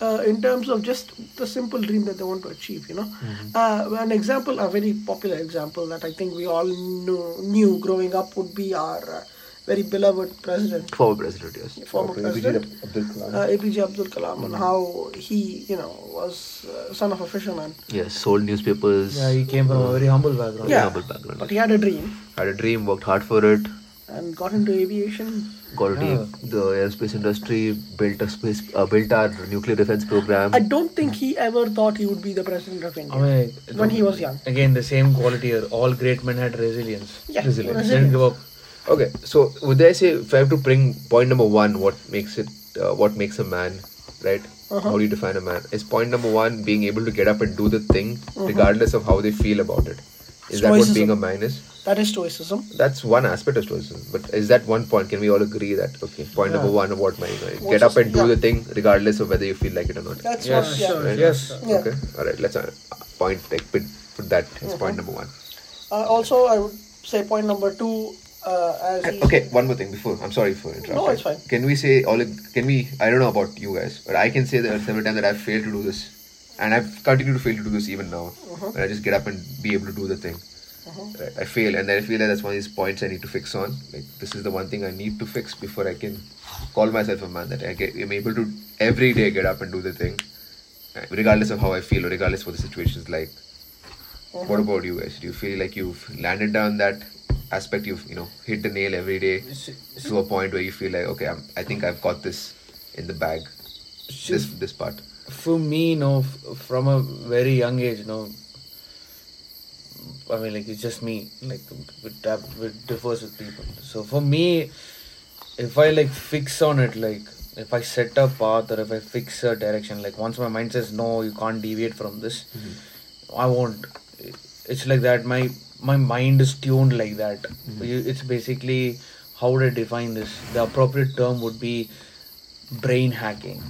Speaker 2: uh, in terms of just the simple dream that they want to achieve you know uh, an example a very popular example that i think we all knew, knew growing up would be our uh, very beloved president
Speaker 1: Former president, yes.
Speaker 2: former president uh, APJ Abdul Kalam and how he, you know, was uh, son of a fisherman.
Speaker 1: Yes, sold newspapers.
Speaker 3: Yeah, he came from a very humble background.
Speaker 2: Yeah.
Speaker 1: Humble background.
Speaker 2: But he had a dream
Speaker 1: Had a dream, worked hard for it.
Speaker 2: and got into aviation.
Speaker 1: Got into
Speaker 3: Yeah.
Speaker 1: the aerospace industry. Built a space. Uh, built our nuclear defense program.
Speaker 2: I don't think he ever thought he would be the president of India
Speaker 3: I mean,
Speaker 2: when he was young.
Speaker 3: again, the same quality here. All great men had resilience.
Speaker 2: Yeah,
Speaker 1: Resilience.
Speaker 3: Didn't
Speaker 2: resilience.
Speaker 3: give up.
Speaker 1: Okay, so would I say if I have to bring point number one, what makes it, uh, what makes a man, right? How do you define a man? Is point number one being able to get up and do the thing, regardless of how they feel about it? Is that what
Speaker 2: Stoicism.
Speaker 1: being a man is?
Speaker 2: That is stoicism.
Speaker 1: That's one aspect of stoicism. But is that one point? Can we all agree that okay? Point number one of what man is? right?
Speaker 2: What's
Speaker 1: Get up and do
Speaker 2: yeah.
Speaker 1: the thing, regardless of whether you feel like it or not.
Speaker 2: That's
Speaker 3: Yes,
Speaker 2: what, yeah.
Speaker 3: sure. Yes.
Speaker 2: Yeah.
Speaker 1: Okay. All right. Let's uh, point like put, put that as
Speaker 2: Mm-hmm.
Speaker 1: point number one.
Speaker 2: Uh, also, I would say point number two, uh, as he
Speaker 1: Okay, one more thing before. I'm sorry for interrupting.
Speaker 2: No, it's fine.
Speaker 1: Can we say all? Can we? I don't know about you guys, but I can say that several times that I've failed to do this, and I've continued to fail to do this even now.
Speaker 2: Uh-huh.
Speaker 1: And I just get up and be able to do the thing. Right, I fail, and then I feel that that's one of these points I need to fix on. Like this is the one thing I need to fix before I can call myself a man. That I get, am able to every day get up and do the thing, uh, regardless of how I feel or regardless of what the situation is like. What about you guys? Do you feel like you've landed down that aspect? You've you know hit the nail every day to a point where you feel like okay, I'm, I think I've got this in the bag. This this part.
Speaker 3: For me, you know, f- from a very young age, you know, I mean, like, it's just me. Like, it, that- it differs with people. So for me, if I, like, fix on it, like, if I set a path or if I fix a direction, like, once my mind says, no, you can't deviate from this, I won't. It's like that. My my mind is tuned like that. You- It's basically how would I define this? The appropriate term would be brain hacking.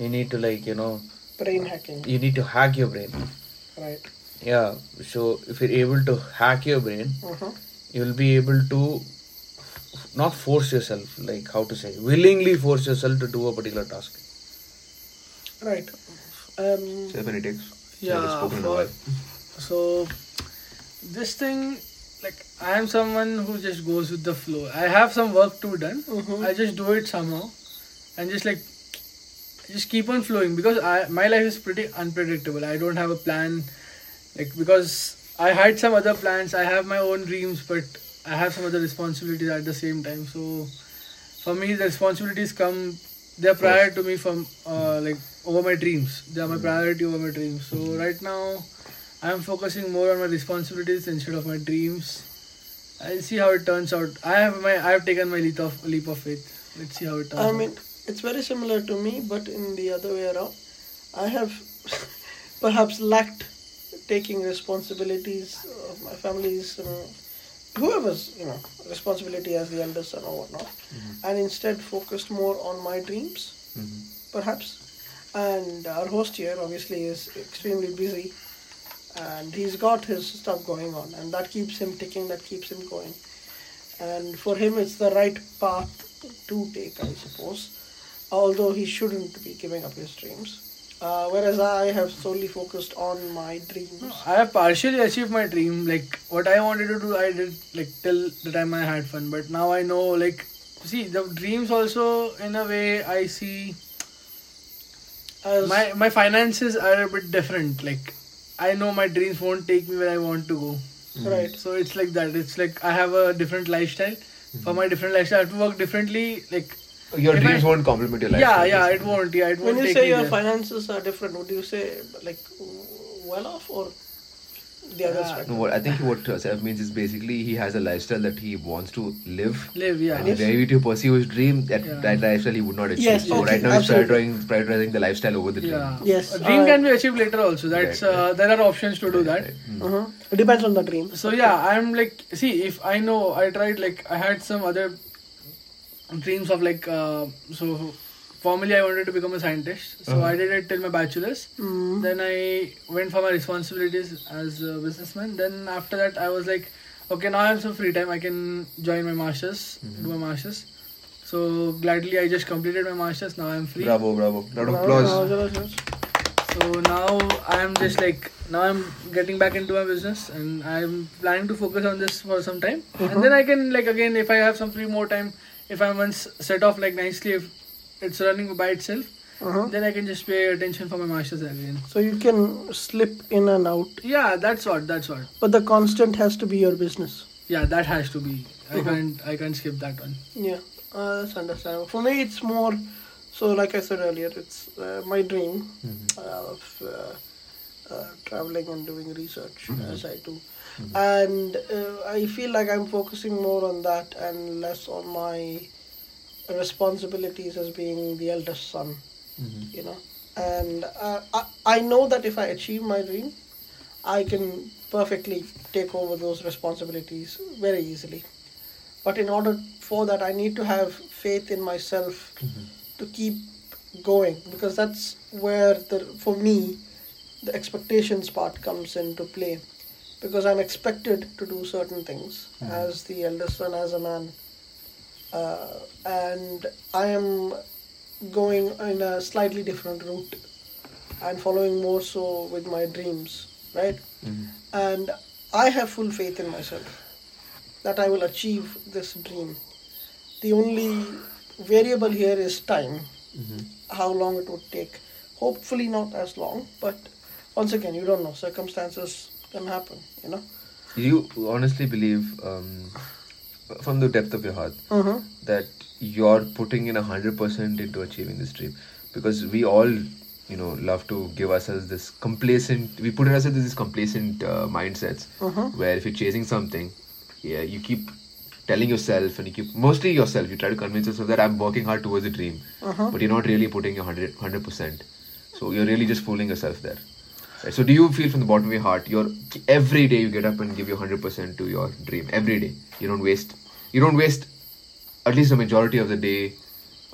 Speaker 3: You need to like you know
Speaker 2: brain hacking,
Speaker 3: you need to hack your brain.
Speaker 2: right?
Speaker 3: Yeah. So if you're able to hack your brain,
Speaker 2: Uh-huh.
Speaker 3: you'll be able to not force yourself like how to say willingly force yourself to do a particular task.
Speaker 2: Right. Um,
Speaker 1: Seven it takes.
Speaker 4: Yeah,
Speaker 1: Haven't spoken in a
Speaker 4: for-
Speaker 1: while.
Speaker 4: So, this thing, like, I am someone who just goes with the flow. I have some work to be done.
Speaker 2: Mhm.
Speaker 4: I just do it somehow, and just like, just keep on flowing because I my life is pretty unpredictable. I don't have a plan, like because I had some other plans. I have my own dreams, but I have some other responsibilities at the same time. So, for me, the responsibilities come. They're prior to me from uh, like over my dreams. They are
Speaker 2: Hmm.
Speaker 4: my priority over my dreams. So right now, I'm focusing more on my responsibilities instead of my dreams. I'll see how it turns out. I have my I have taken my leap of leap of faith. Let's see how it turns
Speaker 2: I
Speaker 4: out.
Speaker 2: mean, it's very similar to me, but in the other way around. I have perhaps lacked taking responsibilities of my family's, um, whoever's, you know, responsibility as the elder
Speaker 1: Mm-hmm.
Speaker 2: son or whatnot, and instead focused more on my dreams, perhaps. And our host here obviously is extremely busy and he's got his stuff going on and that keeps him ticking, that keeps him going. And for him, it's the right path to take, I suppose, although he shouldn't be giving up his dreams. Uh, whereas I have solely focused on my dreams.
Speaker 4: I have partially achieved my dream. Like what I wanted to do, I did like till the time I had fun. But now I know, like, see the dreams also in a way I see
Speaker 2: As
Speaker 4: my my finances are a bit different. Like I know my dreams won't take me where I want to go.
Speaker 2: right,
Speaker 4: So it's like that. It's like I have a different lifestyle. For my different lifestyle, I have to work differently. Like
Speaker 1: Your
Speaker 4: If
Speaker 1: dreams
Speaker 4: I-
Speaker 1: won't complement your life.
Speaker 4: yeah, yeah, it won't. Yeah, it
Speaker 2: when
Speaker 4: won't.
Speaker 2: you
Speaker 4: take
Speaker 2: say
Speaker 4: me
Speaker 2: your
Speaker 4: there.
Speaker 2: finances are different, would you say like well off or the other
Speaker 4: Yeah.
Speaker 1: No,
Speaker 2: spectrum?
Speaker 1: what I think what Seth means is basically he has a lifestyle that he wants to live.
Speaker 4: live. Yeah.
Speaker 1: And if he were to pursue his dream, that,
Speaker 4: Yeah.
Speaker 1: that lifestyle he would not achieve.
Speaker 2: Yes,
Speaker 1: so
Speaker 2: okay,
Speaker 1: right now he's
Speaker 2: absolutely.
Speaker 1: prioritizing, prioritizing the lifestyle over the dream.
Speaker 4: Yeah.
Speaker 2: Yes, Uh,
Speaker 4: A dream
Speaker 2: I-
Speaker 4: can be achieved later also. That's
Speaker 1: Right,
Speaker 4: uh, there are options to do that.
Speaker 2: Uh-huh. It depends on the dream.
Speaker 4: So yeah, I'm like see if I know I tried like I had some other dreams of like uh, so formerly I wanted to become a scientist.
Speaker 1: Uh-huh.
Speaker 4: So I did it till my bachelor's.
Speaker 2: Mm.
Speaker 4: Then I went for my responsibilities as a businessman. Then after that I was like okay now I have some free time I can join my masters do my masters. So gladly I just completed my masters. Now I'm free.
Speaker 1: Bravo, bravo. Round of applause.
Speaker 4: So now I'm just like now I'm getting back into my business and I'm planning to focus on this for some time and then I can like again if I have some free more time if I'm once set off like nicely if it's running by itself
Speaker 2: Uh-huh.
Speaker 4: then I can just pay attention for my masters again.
Speaker 2: So you can slip in and out,
Speaker 4: Yeah, that's what that's what.
Speaker 2: but the constant has to be your business.
Speaker 4: Yeah, that has to be. I can't I can't skip that one.
Speaker 2: Yeah, uh, that's understandable. For me, it's more. So, like I said earlier, it's uh, my dream uh, of uh, uh, traveling and doing research as I do, and uh, I feel like I'm focusing more on that and less on my responsibilities as being the eldest son. You know, and uh, I I know that if I achieve my dream, I can perfectly take over those responsibilities very easily but in order for that i need to have faith in myself to keep going because that's where the for me the expectations part comes into play because i'm expected to do certain things as the eldest son as a man uh, and i am going in a slightly different route and following more so with my dreams right Mm-hmm. and i have full faith in myself that I will achieve this dream. The only variable here is time, how long it would take. Hopefully, not as long, but once again, you don't know. Circumstances can happen, you know.
Speaker 1: Do you honestly believe, um, from the depth of your heart,
Speaker 2: Mm-hmm.
Speaker 1: that you're putting in 100% into achieving this dream? Because we all, you know, love to give ourselves this complacent, we put ourselves in this complacent uh, mindsets where if you're chasing something, yeah, you keep telling yourself and you keep, mostly yourself, you try to convince yourself that I'm working hard towards a dream, but you're not really putting your 100, 100%. So you're really just fooling yourself there. Right, So do you feel from the bottom of your heart, your every day you get up and give your hundred percent to your dream. Every day, you don't waste, you don't waste at least a majority of the day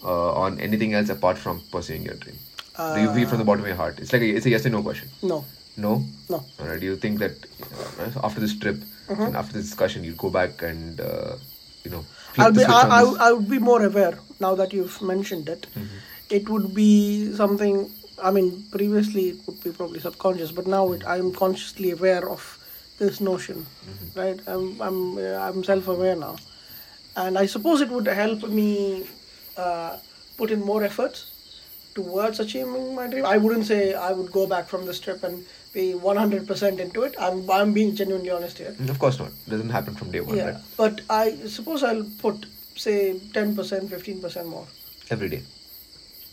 Speaker 1: uh, on anything else apart from pursuing your dream. do you feel from the bottom of your heart? It's like a, it's a yes and no question.
Speaker 2: No,
Speaker 1: No.
Speaker 2: no.
Speaker 1: Alright. Do you think that uh, after this trip
Speaker 2: Mm-hmm.
Speaker 1: and after this discussion, you'll go back and uh, you know? flip
Speaker 2: I'll
Speaker 1: the
Speaker 2: be,
Speaker 1: switch on
Speaker 2: I, I,
Speaker 1: this?
Speaker 2: I would be more aware now that you've mentioned it. It would be something, I mean, previously it would be probably subconscious, but now it, I'm consciously aware of this notion, right? I'm, I'm, uh, I'm self aware now. And I suppose it would help me uh, put in more effort towards achieving my dream. I wouldn't say I would go back from this trip and be 100% into it. I'm, I'm being genuinely honest here.
Speaker 1: Of course not. doesn't happen from day one.
Speaker 2: Yeah,
Speaker 1: Right?
Speaker 2: but I suppose I'll put say ten percent, fifteen percent more.
Speaker 1: Every day.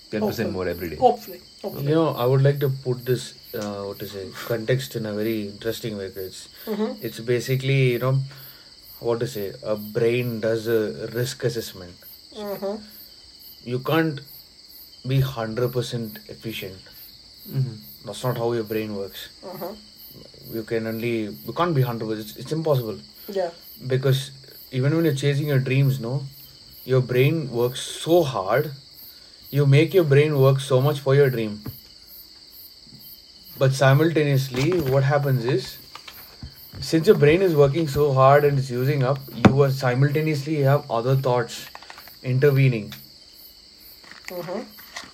Speaker 1: Ten percent more every day.
Speaker 2: Hopefully, hopefully.
Speaker 3: You know, I would like to put this uh, what to say context in a very interesting way. 'cause It's
Speaker 2: Mm-hmm.
Speaker 3: it's basically you know what to say. A brain does a risk assessment.
Speaker 2: mm-hmm,
Speaker 3: You can't be hundred percent efficient.
Speaker 1: Mm-hmm.
Speaker 3: That's not how your brain works.
Speaker 2: Uh-huh.
Speaker 3: You can only you can't be hundred percent. It's, it's impossible
Speaker 2: Yeah,
Speaker 3: because even when you're chasing your dreams no your brain works so hard you make your brain work so much for your dream. But simultaneously, what happens is, since your brain is working so hard and it's using up, you are simultaneously have other thoughts intervening.
Speaker 2: Uh-huh.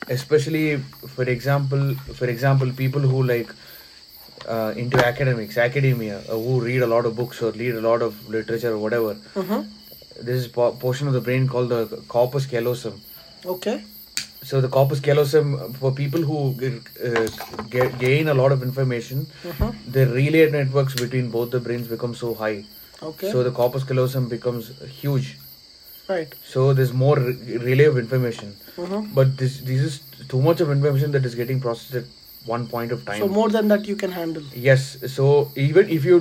Speaker 3: Especially, for example, for example, people who like uh, into academics, academia, uh, who read a lot of books or read a lot of literature or whatever.
Speaker 2: Uh-huh.
Speaker 3: This is po- portion of the brain called the corpus callosum.
Speaker 2: Okay.
Speaker 3: So the corpus callosum for people who g- uh, g- gain a lot of information,
Speaker 2: Uh-huh.
Speaker 3: the relay networks between both the brains become so high.
Speaker 2: Okay.
Speaker 3: So the corpus callosum becomes huge.
Speaker 2: right.
Speaker 3: So there's more re- relay of information.
Speaker 2: Uh-huh.
Speaker 3: But this this is too much of information that is getting processed at one point of time.
Speaker 2: So more than that you can handle.
Speaker 3: Yes, so even if you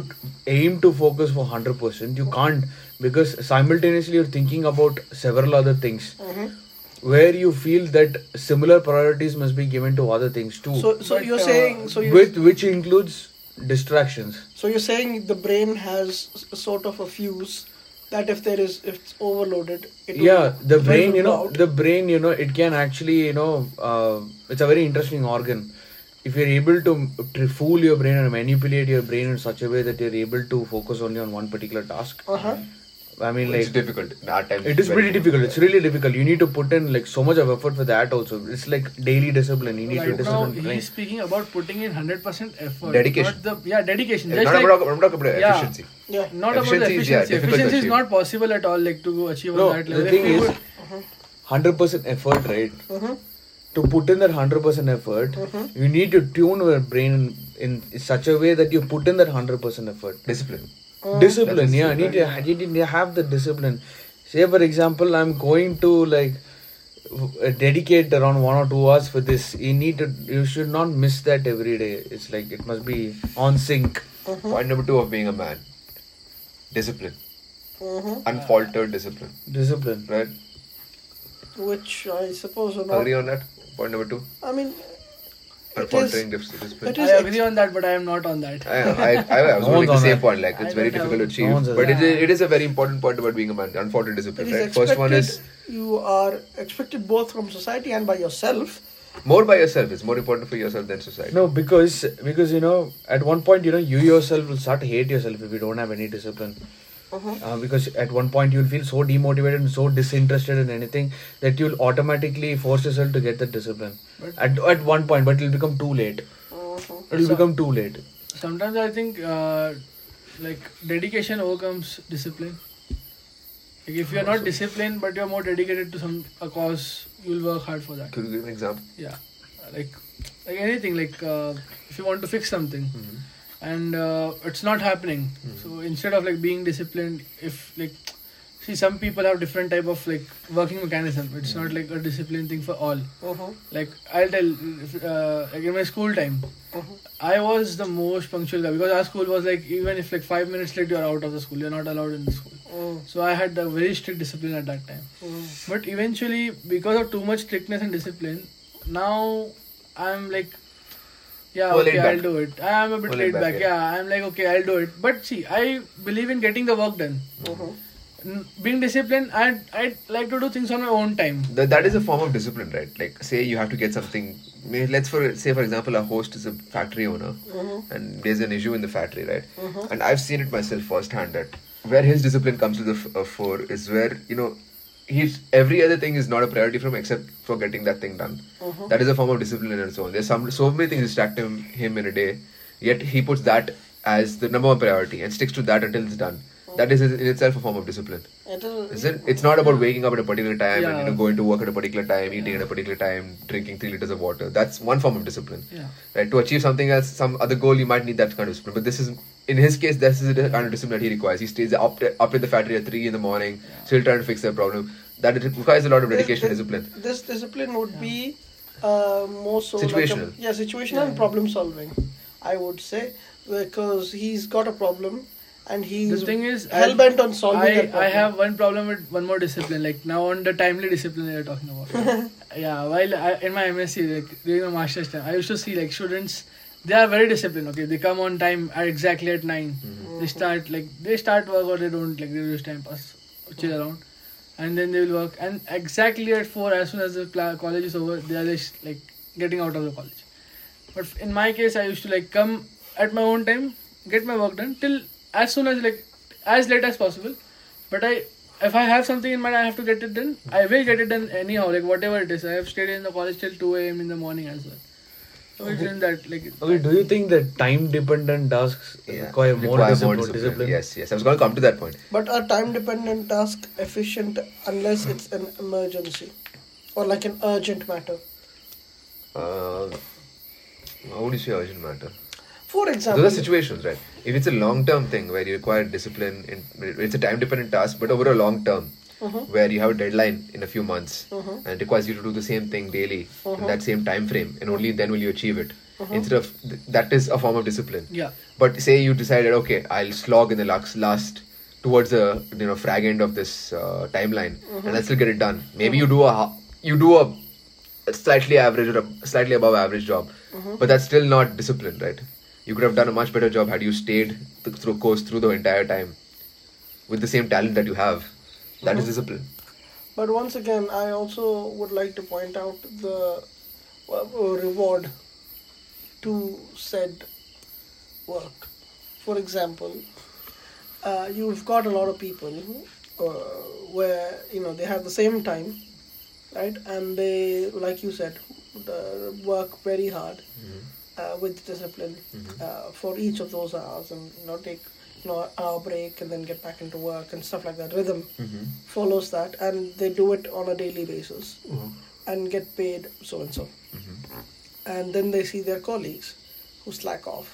Speaker 3: aim to focus for 100%, you can't because simultaneously you're thinking about several other things
Speaker 2: Uh-huh.
Speaker 3: where you feel that similar priorities must be given to other things too,
Speaker 2: So so
Speaker 4: But,
Speaker 2: you're
Speaker 4: uh,
Speaker 2: saying so you
Speaker 3: with which includes distractions.
Speaker 2: so you're saying the brain has s- sort of a fuse that if there is if it's overloaded it will-
Speaker 3: yeah,
Speaker 2: it
Speaker 3: the
Speaker 2: will
Speaker 3: brain, you know,
Speaker 2: blow out.
Speaker 3: the brain, you know, it can actually, you know, uh, it's a very interesting organ. If you're able to, to fool your brain and manipulate your brain in such a way that you're able to focus only on one particular task,
Speaker 2: uh-huh.
Speaker 3: I mean, like
Speaker 1: it's difficult. Our time
Speaker 3: It is
Speaker 1: very
Speaker 3: pretty difficult. It's really difficult. You need to put in like so much of effort for that also. It's like daily discipline. You need to
Speaker 4: Right now,
Speaker 3: discipline. brain.
Speaker 4: he's speaking about putting in 100% effort.
Speaker 1: Dedication.
Speaker 4: Not the, yeah, dedication.
Speaker 1: It's
Speaker 4: Just
Speaker 1: not
Speaker 4: like-
Speaker 1: about, I'm talking about
Speaker 4: Yeah.
Speaker 1: efficiency.
Speaker 2: Yeah.
Speaker 4: Not about the
Speaker 1: Efficiency is, yeah,
Speaker 4: efficiency.
Speaker 1: difficult to
Speaker 4: efficiency is
Speaker 1: achieve.
Speaker 4: not possible at all, like to achieve
Speaker 3: No,
Speaker 4: on that level. Uh-huh.
Speaker 3: the
Speaker 4: If
Speaker 3: thing
Speaker 4: we
Speaker 3: is,
Speaker 4: would-
Speaker 3: hundred percent effort, right?
Speaker 2: Uh-huh.
Speaker 3: To put in that hundred percent effort,
Speaker 4: Uh-huh.
Speaker 3: you need to tune your brain in, in such a way that you put in that hundred percent effort.
Speaker 1: Discipline.
Speaker 3: discipline, yeah. You need to you need to have the discipline. Say for example, I'm going to like w- uh, dedicate around one or two hours for this. You need to you should not miss that every day. It's like it must be on sync.
Speaker 2: Mm-hmm.
Speaker 1: Point number two of being a man. Discipline.
Speaker 2: Uh-huh.
Speaker 1: Unfaltered discipline.
Speaker 3: Discipline.
Speaker 1: Right?
Speaker 2: Which I suppose are
Speaker 1: Agree
Speaker 2: not.
Speaker 1: on that? Point number two.
Speaker 2: I mean, it
Speaker 1: Unfaltering
Speaker 2: is.
Speaker 1: dis- discipline.
Speaker 2: it
Speaker 4: I
Speaker 2: is ex-
Speaker 4: agree on that, but I am not on that.
Speaker 1: I, I, I, I was
Speaker 3: No
Speaker 1: going to
Speaker 3: one's
Speaker 1: say
Speaker 3: on that.
Speaker 1: point like
Speaker 4: I
Speaker 1: it's very
Speaker 4: don't
Speaker 1: difficult to
Speaker 4: have-
Speaker 1: achieve,
Speaker 3: no one's on
Speaker 1: but it
Speaker 4: that.
Speaker 1: is, it is a very important point about being a man. Unfortunate
Speaker 2: It
Speaker 1: discipline,
Speaker 2: is
Speaker 1: right?
Speaker 2: expected.
Speaker 1: First one is
Speaker 2: you are expected both from society and by yourself.
Speaker 1: more by yourself. It's more important for yourself than society.
Speaker 3: No, because because you know at one point you know you yourself will start to hate yourself if you don't have any discipline. Uh, because at one point you'll feel so demotivated and so disinterested in anything that you'll automatically force yourself to get that discipline. at at one point, but it'll become too late. It'll become too late.
Speaker 4: Sometimes I think uh, like dedication overcomes discipline. Like if you are not disciplined, but you are more dedicated to some a cause, you will work hard for that.
Speaker 1: Could you give an example?
Speaker 4: yeah like like anything like uh, if you want to fix something and uh, it's not happening so instead of like being disciplined if like see some people have different type of like working mechanism it's not like a discipline thing for all
Speaker 2: Uh-huh.
Speaker 4: like i'll tell if, uh, like in my school time Mm-hmm. i was the most punctual guy because our school was like even if like five minutes late you're out of the school you're not allowed in the school
Speaker 2: Mm.
Speaker 4: so i had a very strict discipline at that time
Speaker 2: Mm.
Speaker 4: but eventually, because of too much strictness and discipline, now I'm like, yeah,
Speaker 1: More
Speaker 4: okay,
Speaker 1: laid back.
Speaker 4: I'll do it. I'm a bit
Speaker 1: More
Speaker 4: laid
Speaker 1: laid
Speaker 4: back.
Speaker 1: back,
Speaker 4: Yeah. I'm like, okay, I'll do it. But see, I believe in getting the work done.
Speaker 2: Uh-huh.
Speaker 4: N- Being disciplined, I I like to do things on my own time.
Speaker 1: Th- that is a form of discipline, right? Like, say you have to get something. may- Let's for say, for example, a host is a factory owner, and there's an issue in the factory, right? And I've seen it myself firsthand that where his discipline comes to the f- uh, fore is where you know he's every other thing is not a priority from except for getting that thing done. That is a form of discipline and so on. There's some so many things distract him, him in a day, yet he puts that as the number one priority and sticks to that until it's done. That is in itself a form of discipline.
Speaker 2: It is-
Speaker 1: Is it? It's not about waking up at a particular time and you
Speaker 4: Yeah.
Speaker 1: know going to work at a particular time, eating at a particular time, drinking three liters of water. That's one form of discipline.
Speaker 4: Yeah.
Speaker 1: Right. To achieve something else, some other goal, you might need that kind of discipline. But this is, in his case, this is the kind of discipline that he requires. He stays up up at the factory at three in the morning, still trying to fix that problem. That it requires a lot of dedication, and
Speaker 2: This-
Speaker 1: discipline.
Speaker 2: This discipline would be uh, more so
Speaker 1: Situational.
Speaker 2: Like a, yeah, situational and problem solving. I would say because he's got a problem and
Speaker 4: The
Speaker 2: he's
Speaker 4: thing is, I-
Speaker 2: hell bent on solving that
Speaker 4: I,
Speaker 2: problem.
Speaker 4: I have one problem with one more discipline. Like now on the timely discipline you're talking about. yeah, while I, in my MSc, like during the master's time, I used to see like students. They are very disciplined. Okay, they come on time at exactly
Speaker 2: Mm-hmm.
Speaker 4: at 9 They start like they start work or they don't like they just time pass, chill around. and then they will work. And exactly at four, as soon as the pla- college is over, they are just like getting out of the college. But in my case, I used to like come at my own time, get my work done till as soon as like as late as possible. But I, if I have something in mind, I have to get it done. I will get it done anyhow, like whatever it is. I have stayed in the college till two a.m. in the morning as well. So it's in that like.
Speaker 3: Okay, do you think that time dependent tasks require more discipline? discipline?
Speaker 1: Yes, yes. I was going to come to that point.
Speaker 2: But a time dependent task efficient unless it's an emergency or like an urgent matter.
Speaker 1: Uh, how would you say urgent matter?
Speaker 2: For
Speaker 1: Those
Speaker 2: example,
Speaker 1: are situations, right? If it's a long term thing where you require discipline, in, it's a time dependent task, but over a long term, where you have a deadline in a few months and it requires you to do the same thing daily in that same time frame, and only then will you achieve it. Instead of th- that is a form of discipline.
Speaker 4: Yeah.
Speaker 1: But say you decided, okay, I'll slog in the last, last towards the you know frag end of this uh, timeline, and I'll still get it done. Maybe you do a ha- you do a slightly average or a slightly above average job, but that's still not discipline, right? You could have done a much better job had you stayed th- through course through the entire time with the same talent that you have. That is discipline.
Speaker 2: but once again, I also would like to point out the uh, uh, reward to said work. For example, uh, you've got a lot of people uh, where you know they have the same time, right? And they, like you said, uh, work very hard uh, with discipline uh, for each of those hours, and you know take you know an hour break and then get back into work and stuff like that. Rhythm
Speaker 1: Mm-hmm.
Speaker 2: follows that, and they do it on a daily basis and get paid so and so and then they see their colleagues who slack off,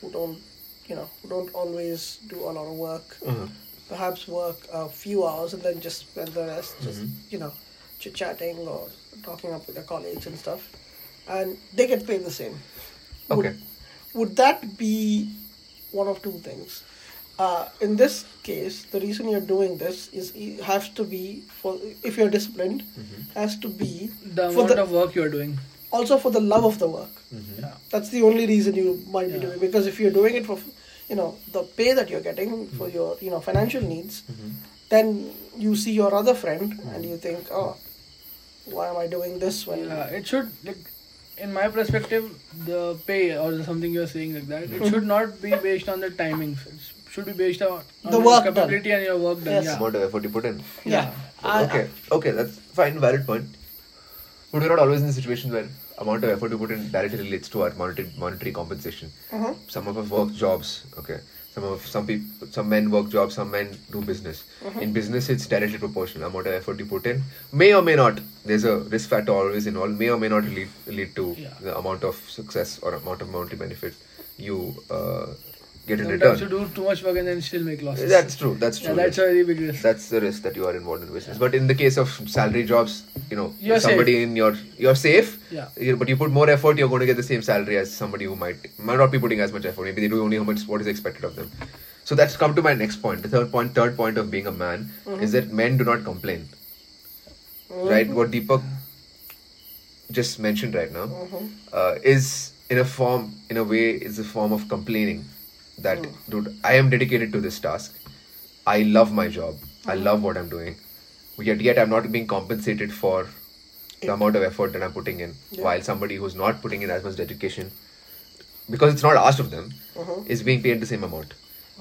Speaker 2: who don't, you know, who don't always do a lot of work.
Speaker 1: Mm-hmm.
Speaker 2: Perhaps work a few hours and then just spend the rest, just you know, chit chatting or talking up with their colleagues and stuff, and they get paid the same. Would-
Speaker 1: Okay.
Speaker 2: would that be one of two things? Uh, in this case, the reason you're doing this is it has to be for if you're disciplined, has to be
Speaker 4: The
Speaker 2: for
Speaker 4: amount
Speaker 2: the, Mm-hmm.
Speaker 4: of work you are doing.
Speaker 2: also for the love of the work.
Speaker 4: Yeah.
Speaker 2: That's the only reason you might be
Speaker 4: Yeah.
Speaker 2: doing because if you're doing it for, you know, the pay that you're getting for
Speaker 4: Mm-hmm.
Speaker 2: your you know financial needs, then you see your other friend and
Speaker 4: Mm-hmm.
Speaker 2: you think, oh, why am I doing this when?
Speaker 4: Yeah, it should like in my perspective, the pay or something you're saying like that,
Speaker 2: Mm-hmm.
Speaker 4: it should not be based on the timings. It should be based on, on
Speaker 2: The
Speaker 4: your
Speaker 2: work done.
Speaker 4: capability and your work done.
Speaker 2: Yes.
Speaker 4: Yeah.
Speaker 1: Amount of effort you put in.
Speaker 2: Yeah.
Speaker 4: Uh,
Speaker 2: I-
Speaker 1: Uh, okay. Okay, that's fine, valid point. But we're not always in the situation where amount of effort we put in directly relates to our monetary monetary compensation.
Speaker 4: Mm-hmm.
Speaker 1: Some of us work jobs, okay. Some of some people, some men work jobs, some men do business.
Speaker 4: Mm-hmm.
Speaker 1: In business, it's directly proportional. Amount of effort you put in may or may not. There's a risk factor always involved. May or may not lead lead to
Speaker 4: Yeah.
Speaker 1: the amount of success or amount of monetary benefit you uh, get in
Speaker 4: Sometimes you
Speaker 1: return.
Speaker 4: do too much work and then still make losses.
Speaker 1: That's true. That's
Speaker 4: yeah,
Speaker 1: true.
Speaker 4: that's a very big risk.
Speaker 1: That's the risk that you are involved in business. But in the case of salary jobs, you know,
Speaker 4: You're
Speaker 1: somebody
Speaker 4: safe.
Speaker 1: in your you're safe.
Speaker 4: Yeah.
Speaker 1: you- but you put more effort, you're going to get the same salary as somebody who might might not be putting as much effort. Maybe they do only how much what is expected of them. So that's come to my next point. The third point, third point of being a man
Speaker 4: Mm-hmm.
Speaker 1: is that men do not complain. Right, what Deepak just mentioned right now uh, is in a form, in a way, is a form of complaining that dude, I am dedicated to this task. I love my job. I love what I'm doing. Yet, yet I'm not being compensated for the amount of effort that I'm putting in. While somebody who's not putting in as much dedication, because it's not asked of them, is being paid the same amount.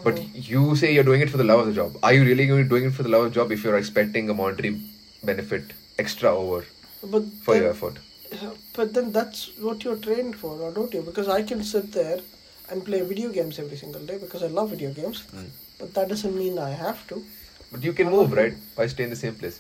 Speaker 1: But you say you're doing it for the love of the job. Are you really going to be doing it for the love of the job if you're expecting a monetary benefit extra over
Speaker 2: But
Speaker 1: for
Speaker 2: then-
Speaker 1: your effort?
Speaker 2: But then that's what you're trained for, or don't you? Because I can sit there and play video games every single day because I love video games.
Speaker 1: Mm.
Speaker 2: But that doesn't mean I have to.
Speaker 1: But you can move, right? Why stay in the same place?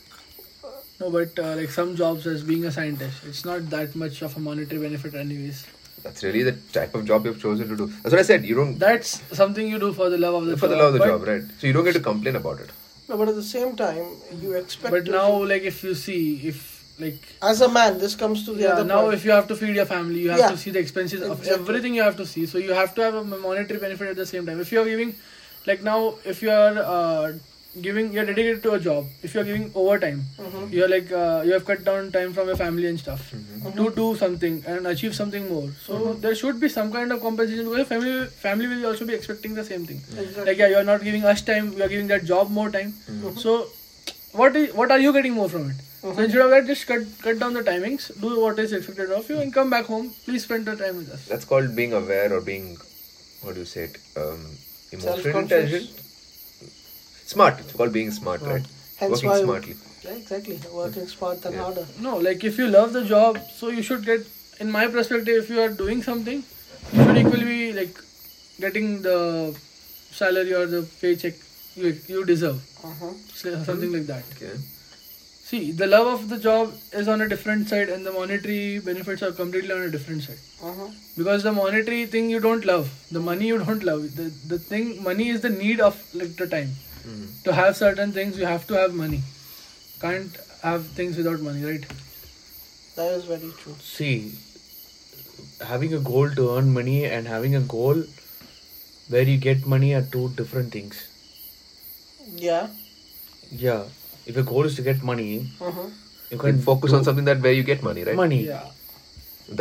Speaker 4: No, but uh, like some jobs as being a scientist, it's not that much of a monetary benefit anyways.
Speaker 1: That's really the type of job you've chosen to do. That's what I said. You don't
Speaker 4: That's something you do for the love of the
Speaker 1: for
Speaker 4: job.
Speaker 1: the love of the
Speaker 4: but,
Speaker 1: job, right? So you don't get to complain about it.
Speaker 2: No, but at the same time, you expect.
Speaker 4: But
Speaker 2: to-
Speaker 4: now, like if you see, if like
Speaker 2: as a man, this comes to the
Speaker 4: yeah,
Speaker 2: other
Speaker 4: now
Speaker 2: point.
Speaker 4: if you have to feed your family you have
Speaker 2: Yeah.
Speaker 4: to see the expenses of
Speaker 2: Exactly.
Speaker 4: everything you have to see so you have to have a monetary benefit at the same time if you are giving like now if you are uh, giving you're dedicated to a job if you're giving overtime
Speaker 2: Mm-hmm.
Speaker 4: you're like uh, you have cut down time from your family and stuff
Speaker 2: Mm-hmm.
Speaker 4: to do something and achieve something more so there should be some kind of compensation because your family family will also be expecting the same thing
Speaker 2: Exactly.
Speaker 4: like yeah you're not giving us time we are giving that job more time so what is what are you getting more from it? So instead of that, just cut cut down the timings, do what is expected of you, and come back home. Please spend the time with us.
Speaker 1: That's called being aware or being, what do you say it? Um, emotional
Speaker 2: Self-conscious.
Speaker 1: intelligent. Smart. It's called being smart, right?
Speaker 2: Hence
Speaker 1: Working
Speaker 2: why-
Speaker 1: smartly.
Speaker 2: Yeah, exactly. Working smart and
Speaker 1: Yeah.
Speaker 2: harder.
Speaker 4: No, like if you love the job, so you should get. In my perspective, if you are doing something, you should equally be like getting the salary or the paycheck you you deserve,
Speaker 2: Uh-huh.
Speaker 4: So- something like that.
Speaker 1: Okay.
Speaker 4: See, the love of the job is on a different side, and the monetary benefits are completely on a different side.
Speaker 2: Uh-huh.
Speaker 4: Because the monetary thing you don't love, the money you don't love. The the thing money is the need of like the time.
Speaker 1: Mhm.
Speaker 4: To have certain things, you have to have money. Can't have things without money, right?
Speaker 2: That is very true.
Speaker 3: See, having a goal to earn money and having a goal where you get money are two different things.
Speaker 2: Yeah.
Speaker 3: Yeah. If your goal is to get money,
Speaker 2: Uh-huh.
Speaker 3: you
Speaker 1: You
Speaker 3: can
Speaker 1: can focus
Speaker 3: do
Speaker 1: on something that where you get money, right?
Speaker 3: Money.
Speaker 4: Yeah.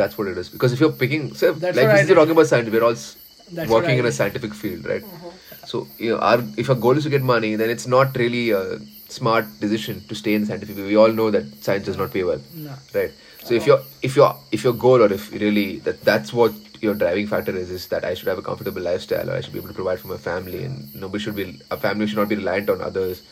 Speaker 1: That's what it is. Because if you're picking, so
Speaker 4: That's
Speaker 1: like
Speaker 4: what I
Speaker 1: this is
Speaker 4: did.
Speaker 1: talking about science, we're all s-
Speaker 4: That's what
Speaker 1: working
Speaker 4: I
Speaker 1: in a
Speaker 4: did. Uh-huh.
Speaker 1: scientific field, right? So you know, our, if our goal is to get money, then it's not really a smart decision to stay in scientific. We all know that science does not pay well,
Speaker 4: No.
Speaker 1: right? So if your if your if your goal or if really that that's what your driving factor is is that I should have a comfortable lifestyle or I should be able to provide for my family and nobody should be a family should not be reliant on others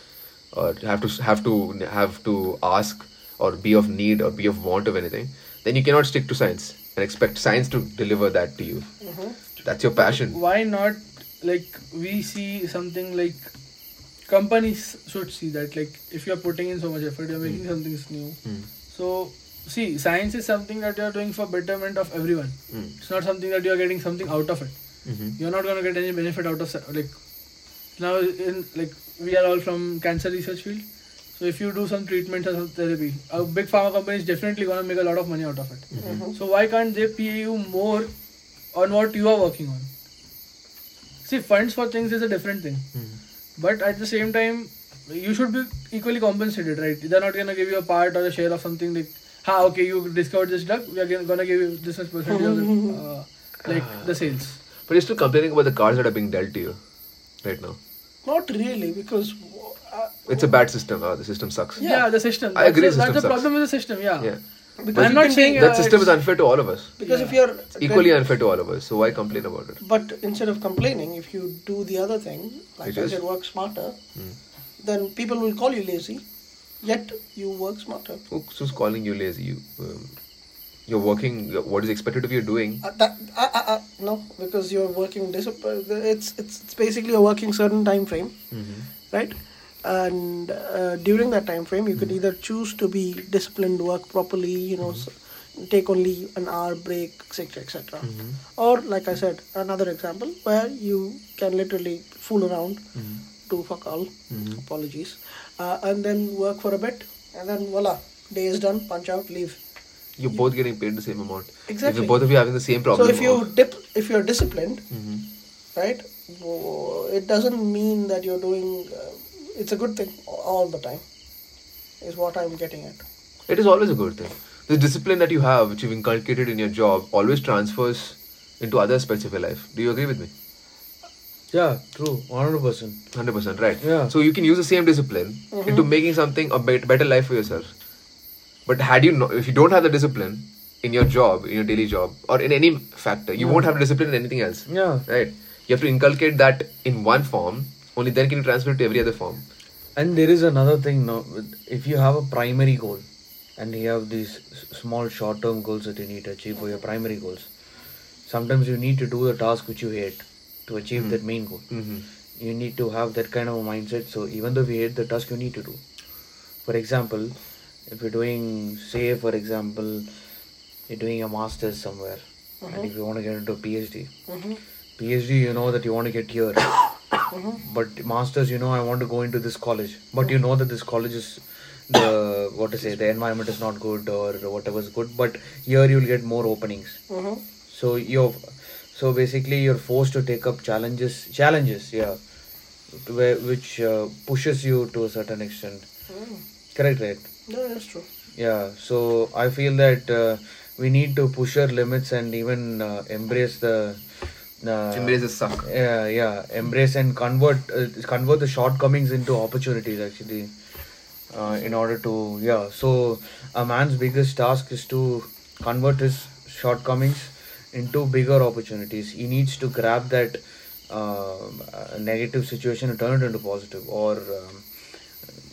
Speaker 1: or have to have to have to ask or be of need or be of want of anything, then you cannot stick to science and expect science to deliver that to you.
Speaker 2: Mm-hmm.
Speaker 1: That's your passion.
Speaker 4: Why not? Like we see something like companies should see that. Like if you are putting in so much effort, you are making something new.
Speaker 1: Hmm.
Speaker 4: So see, science is something that you are doing for betterment of everyone.
Speaker 1: Mm.
Speaker 4: It's not something that you are getting something out of it.
Speaker 1: Mm-hmm.
Speaker 4: You're not gonna get any benefit out of sci- like now in like we are all from cancer research field. So if you do some treatment or some therapy, a big pharma company is definitely gonna make a lot of money out of it.
Speaker 2: Mhm.
Speaker 4: So why can't they pay you more on what you are working on? See, funds for things is a different thing, but at the same time, you should be equally compensated, right? They're not gonna give you a part or a share of something like, ha, okay, you discovered this drug, we are gonna- gonna give you this much percentage of the, uh, like the sales.
Speaker 1: But you're still complaining about the cards that are being dealt to you right now.
Speaker 2: Not really, because uh,
Speaker 1: It's a bad system. Uh, the system sucks.
Speaker 4: Yeah,
Speaker 2: Yeah.
Speaker 4: the system.
Speaker 1: I
Speaker 4: That's
Speaker 1: agree,
Speaker 4: the-
Speaker 1: system
Speaker 4: That's the
Speaker 1: sucks.
Speaker 4: problem with the system. Yeah.
Speaker 1: Yeah.
Speaker 2: because
Speaker 4: I'm
Speaker 2: you
Speaker 4: not
Speaker 2: can be-
Speaker 4: saying, uh,
Speaker 1: that system is
Speaker 4: it's-
Speaker 1: unfair to all of us.
Speaker 2: because if
Speaker 4: Yeah.
Speaker 2: you're
Speaker 1: It's equally unfair to all of us. So why complain about it?
Speaker 2: But instead of complaining, if you do the other thing, like
Speaker 1: Which
Speaker 2: I
Speaker 1: is? Hmm.
Speaker 2: said, work smarter, then people will call you lazy, yet you work smarter.
Speaker 1: Who's who's calling you lazy? You, um, you're working. you're- What is expected of you doing?
Speaker 2: Uh, that uh, uh, uh, no, because you're working. dis- uh, It's it's it's basically a working certain time frame, right? And uh, during that time frame, you could either choose to be disciplined, work properly, you know, s- take only an hour break, etc., etc. Or like I said, another example where you can literally fool around, do fuck all, apologies, uh, and then work for a bit, and then voila, day is done, punch out, leave.
Speaker 1: You're both getting paid the same amount. If
Speaker 2: Exactly.
Speaker 1: you're both of you having the same problem.
Speaker 2: So if you
Speaker 1: of-
Speaker 2: dip, if you're disciplined,
Speaker 1: Mhm.
Speaker 2: right? w- It doesn't mean that you're doing. Uh, it's a good thing all the time, is what I'm getting at.
Speaker 1: It is always a good thing. The discipline that you have, which you've inculcated in your job, always transfers into other aspects of your life. Do you agree with me?
Speaker 3: Yeah, true. 100%.
Speaker 1: Hundred percent, right?
Speaker 3: Yeah.
Speaker 1: So you can use the same discipline into making something a bet- better life for yourself. But had you no, if you don't have the discipline in your job, in your daily job, or in any factor, you won't have discipline in anything else.
Speaker 3: Yeah.
Speaker 1: Right. You have to inculcate that in one form. Only then can you transfer it to every other form.
Speaker 3: And there is another thing now. with- If you have a primary goal, and you have these s- small short-term goals that you need to achieve for your primary goals, sometimes you need to do the task which you hate to achieve that main goal.
Speaker 1: Mhm.
Speaker 3: You need to have that kind of a mindset. So even though we hate the task, you need to do. For example, if you're doing, say, for example, you're doing a master's somewhere, and if you want to get into a PhD, PhD, you know that you want to get here. But masters, you know, I want to go into this college. But you know that this college is the what to say, the environment is not good or whatever is good. But here you'll get more openings.
Speaker 2: Mm-hmm.
Speaker 3: So you're, so basically you're forced to take up challenges. Challenges, yeah, where, which uh, pushes you to a certain extent. Correct, right?
Speaker 2: No, that's true.
Speaker 3: Yeah, so I feel that uh, we need to push our limits and even uh, embrace the. Uh,
Speaker 1: Embrace the suck.
Speaker 3: Yeah, yeah. Embrace and convert uh, convert the shortcomings into opportunities. Actually, uh, in order to yeah so a man's biggest task is to convert his shortcomings into bigger opportunities he needs to grab that um, uh, negative situation and turn it into positive or um,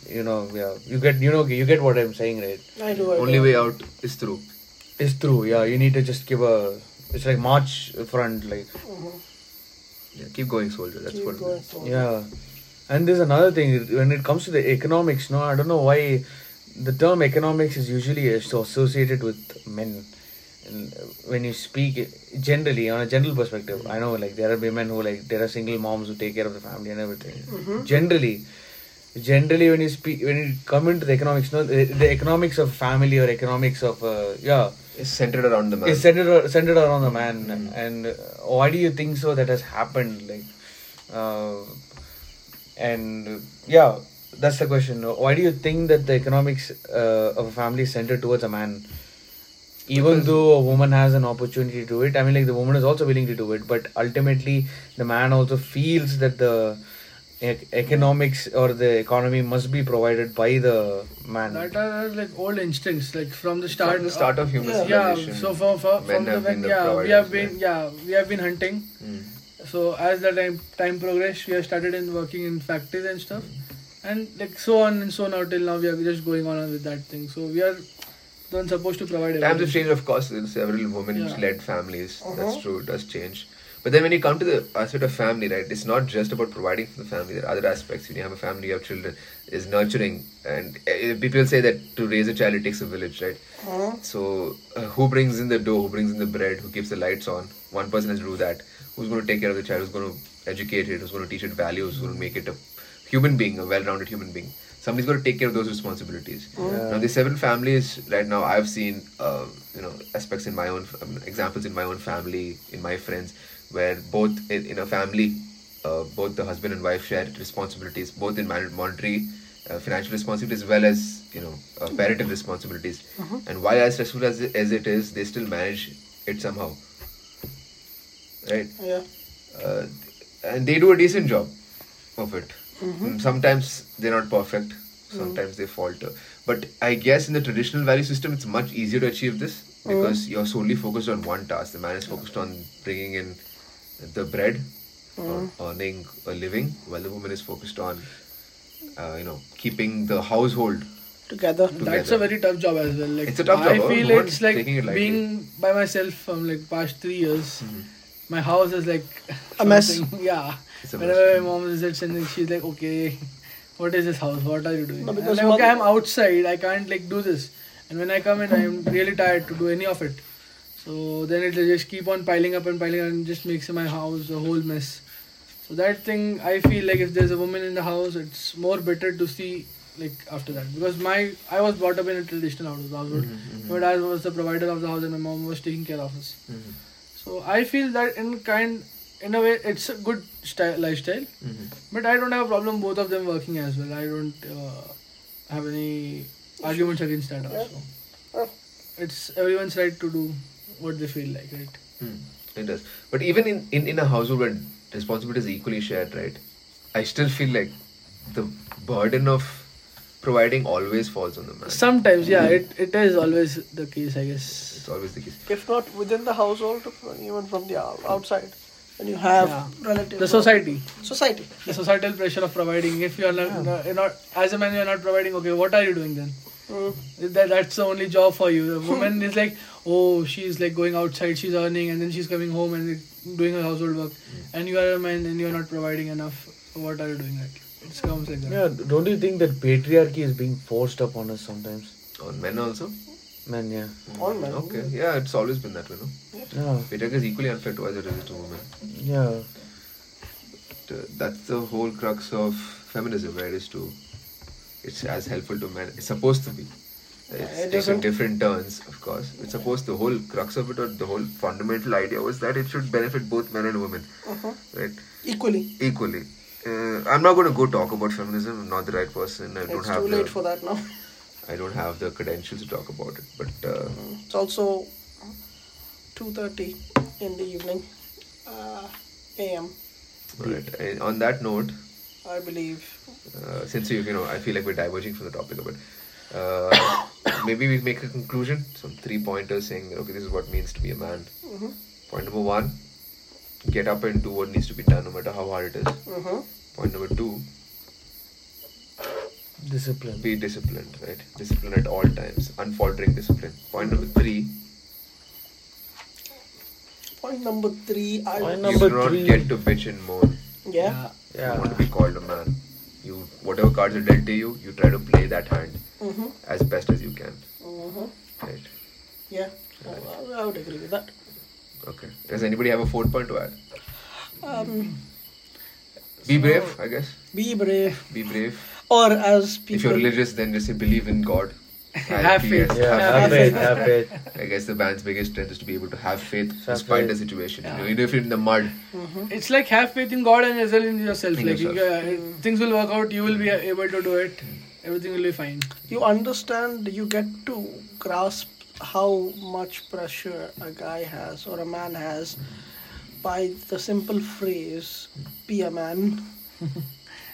Speaker 3: you know yeah you get you know you get what i'm saying right
Speaker 2: I do. I
Speaker 1: Only
Speaker 2: do.
Speaker 1: way out is through.
Speaker 3: it's true yeah you need to just give a it's like march front like
Speaker 1: Yeah, keep going, soldier. That's
Speaker 2: Mm-hmm. Keep
Speaker 1: what. it
Speaker 2: going
Speaker 1: is.
Speaker 2: forward.
Speaker 3: Yeah, and there's another thing when it comes to the economics. No, I don't know why the term economics is usually so associated with men. And when you speak generally on a general perspective, I know like there are women who like there are single moms who take care of the family and everything. Generally, generally when you speak when you come into the economics, no, the, the economics of family or economics of uh, yeah
Speaker 1: It's centered around the man.
Speaker 3: is centered ar- centered around the man and uh, why do you think so that has happened like uh, and uh, yeah that's the question why do you think that the economics uh, of a family is centered towards a man even though a woman has an opportunity to do it i mean like the woman is also willing to do it but ultimately the man also feels that the ec- economics or the economy must be provided by the man
Speaker 4: That are like old instincts, like from the start.
Speaker 1: Start the start of human
Speaker 2: Yeah.
Speaker 4: yeah,
Speaker 1: civilization.
Speaker 4: so from, from,
Speaker 1: men
Speaker 4: from the
Speaker 1: have
Speaker 4: when,
Speaker 1: been the
Speaker 4: yeah, we
Speaker 1: providers,
Speaker 4: have been
Speaker 1: yeah.
Speaker 4: yeah we have been hunting.
Speaker 1: Mm.
Speaker 4: So as the time time progressed, we have started in working in factories and stuff,
Speaker 1: Hmm.
Speaker 4: and like so on and so now till now we are just going on with that thing. So we are the one supposed to provide.
Speaker 1: Times have
Speaker 4: everything.
Speaker 1: changed, of course. In several women-led families, that's
Speaker 2: Mhm.
Speaker 1: true. It does change. But then when you come to the aspect of family, right? It's not just about providing for the family. There are other aspects. When you have a family, you have children. Is nurturing, and uh, people say that to raise a child it takes a village, right?
Speaker 2: Uh-huh.
Speaker 1: So uh, who brings in the dough? Who brings in the bread? Who keeps the lights on? One person has to do that. Who's going to take care of the child? Who's going to educate it? Who's going to teach it values? Who's going to make it a human being, a well-rounded human being? Somebody's going to take care of those responsibilities. Now, the several families right now I've seen, uh, you know, aspects in my own um, examples in my own family, in my friends, where both in, in a family, uh, both the husband and wife share responsibilities, both in mon- monetary uh, financial responsibilities as well as you know uh, parental responsibilities and while as stressful as it, as it is they still manage it somehow right
Speaker 2: Yeah.
Speaker 1: uh, and they do a decent job of it Mm, sometimes they're not perfect sometimes they falter but i guess in the traditional value system it's much easier to achieve this because you're solely focused on one task the man is focused on bringing in the bread or earning a living while the woman is focused on uh, you know keeping the household
Speaker 2: Together.
Speaker 4: That's
Speaker 1: together.
Speaker 4: a very tough job as well. Like
Speaker 1: It's a tough
Speaker 4: I
Speaker 1: job,
Speaker 4: feel
Speaker 1: no one's
Speaker 4: it's like
Speaker 1: taking it lightly. Hmm.
Speaker 4: being by myself from like past three years. My house is like
Speaker 2: A mess.
Speaker 4: something- Yeah.
Speaker 1: It's a mess.
Speaker 4: Whenever my mom visits and then she's like, "Okay, what is this house? What are you doing?"
Speaker 2: No,
Speaker 4: And
Speaker 2: because
Speaker 4: I'm like,
Speaker 2: mother-
Speaker 4: "Okay, I'm outside. I can't like do this." And when I come in, I'm really tired to do any of it. So then it'll just keep on piling up and piling up and just makes my house a whole mess. So that thing, I feel like if there's a woman in the house, it's more better to see like after that because my I was brought up in a traditional house, household. My dad was the provider of the house and my mom was taking care of us. So I feel that in kind, in a way, it's a good style, lifestyle.
Speaker 1: Mm.
Speaker 4: But I don't have a problem both of them working as well. I don't uh, have any arguments against that also.
Speaker 2: Yeah.
Speaker 4: It's everyone's right to do what they feel like, right?
Speaker 1: Hmm, It does. But even in, in, in a household where responsibility is equally shared, right? I still feel like the burden of providing always falls on the man.
Speaker 4: Sometimes, yeah, it, it is always the case, I guess.
Speaker 1: it's always the case.
Speaker 2: If not within the household, even from the ou- outside, when you have
Speaker 4: Yeah.
Speaker 2: relatives.
Speaker 4: The
Speaker 2: or-
Speaker 4: society,
Speaker 2: Society.
Speaker 4: the societal pressure of providing. If you are not, you're not as a man, you are not providing. Okay, what are you doing then?
Speaker 2: Mm.
Speaker 4: That, that's the only job for you.
Speaker 2: Hmm.
Speaker 4: The woman is like, oh, she's like going outside, she's earning, and then she's coming home and doing her household work.
Speaker 2: Hmm.
Speaker 4: And you are a man, and you're not providing enough. What are you doing? Like, it comes like that.
Speaker 3: Yeah, don't you think that patriarchy is being forced upon us sometimes?
Speaker 1: On men also?
Speaker 3: Man, yeah.
Speaker 2: All men.
Speaker 1: Okay. Yeah, it's always been that way, no?
Speaker 3: Yeah,
Speaker 1: Patriarchy is equally unfair to us as it is to women.
Speaker 3: yeah.
Speaker 1: But, uh, that's the whole crux of feminism, right? Is to it's as helpful to men. It's supposed to be. It's taken
Speaker 2: doesn't-
Speaker 1: different turns, of course. It's supposed the whole crux of it or the whole fundamental idea was that it should benefit both men and women.
Speaker 2: Uh-huh.
Speaker 1: Right?
Speaker 2: Equally.
Speaker 1: equally. Uh, I'm not going to go talk about feminism. I'm not the right person. I don't
Speaker 2: It's
Speaker 1: have
Speaker 2: too
Speaker 1: the,
Speaker 2: late for that now.
Speaker 1: I don't have the credentials to talk about it. But uh,
Speaker 2: It's also 2.30 in the evening. Uh, AM. Mm-hmm.
Speaker 1: all right. I- on uh, that note,
Speaker 2: I believe.
Speaker 1: Uh, since you, you know, I feel like we're diverging from the topic a bit. Uh, maybe we make a conclusion, some three pointers saying that okay, this is what it means to be a man.
Speaker 2: Mhm.
Speaker 1: Point number one: get up and do what needs to be done, no matter how hard it is.
Speaker 2: Mhm.
Speaker 1: Point number two:
Speaker 3: Discipline.
Speaker 1: be disciplined, right? Discipline at all times, unfaltering discipline. Point number three:
Speaker 2: Point number three. I would,
Speaker 3: Point number
Speaker 1: you do not
Speaker 3: three-
Speaker 1: get to bitch and moan.
Speaker 2: yeah.
Speaker 1: You want to be called a man. You whatever cards are dealt to you, you try to play that hand
Speaker 2: Mhm.
Speaker 1: as best as you can,
Speaker 2: Mhm.
Speaker 1: right?
Speaker 2: Yeah. I- I would agree with that.
Speaker 1: Okay. Does anybody have a fourth point to add?
Speaker 2: Um,
Speaker 1: Be brave, I guess.
Speaker 2: be brave,
Speaker 1: Be brave.
Speaker 2: or as people.
Speaker 1: If you're religious, then just say believe in God.
Speaker 4: Have faith.
Speaker 1: yes,
Speaker 3: Yeah,
Speaker 1: have
Speaker 3: have
Speaker 1: faith.
Speaker 3: faith, have faith.
Speaker 1: I guess the band's biggest strength is to be able to have faith
Speaker 3: Have
Speaker 1: despite
Speaker 3: faith.
Speaker 1: the situation.
Speaker 4: Yeah.
Speaker 1: You know, even if you're in the mud,
Speaker 2: Mm-hmm.
Speaker 4: It's like have faith in God and as well in yourself.
Speaker 1: In
Speaker 4: like you
Speaker 1: yourself.
Speaker 4: ca-
Speaker 2: Hmm.
Speaker 4: things will work out. You will be able to do it. Everything will be fine.
Speaker 2: you understand you get to grasp how much pressure a guy has or a man has by the simple phrase be a man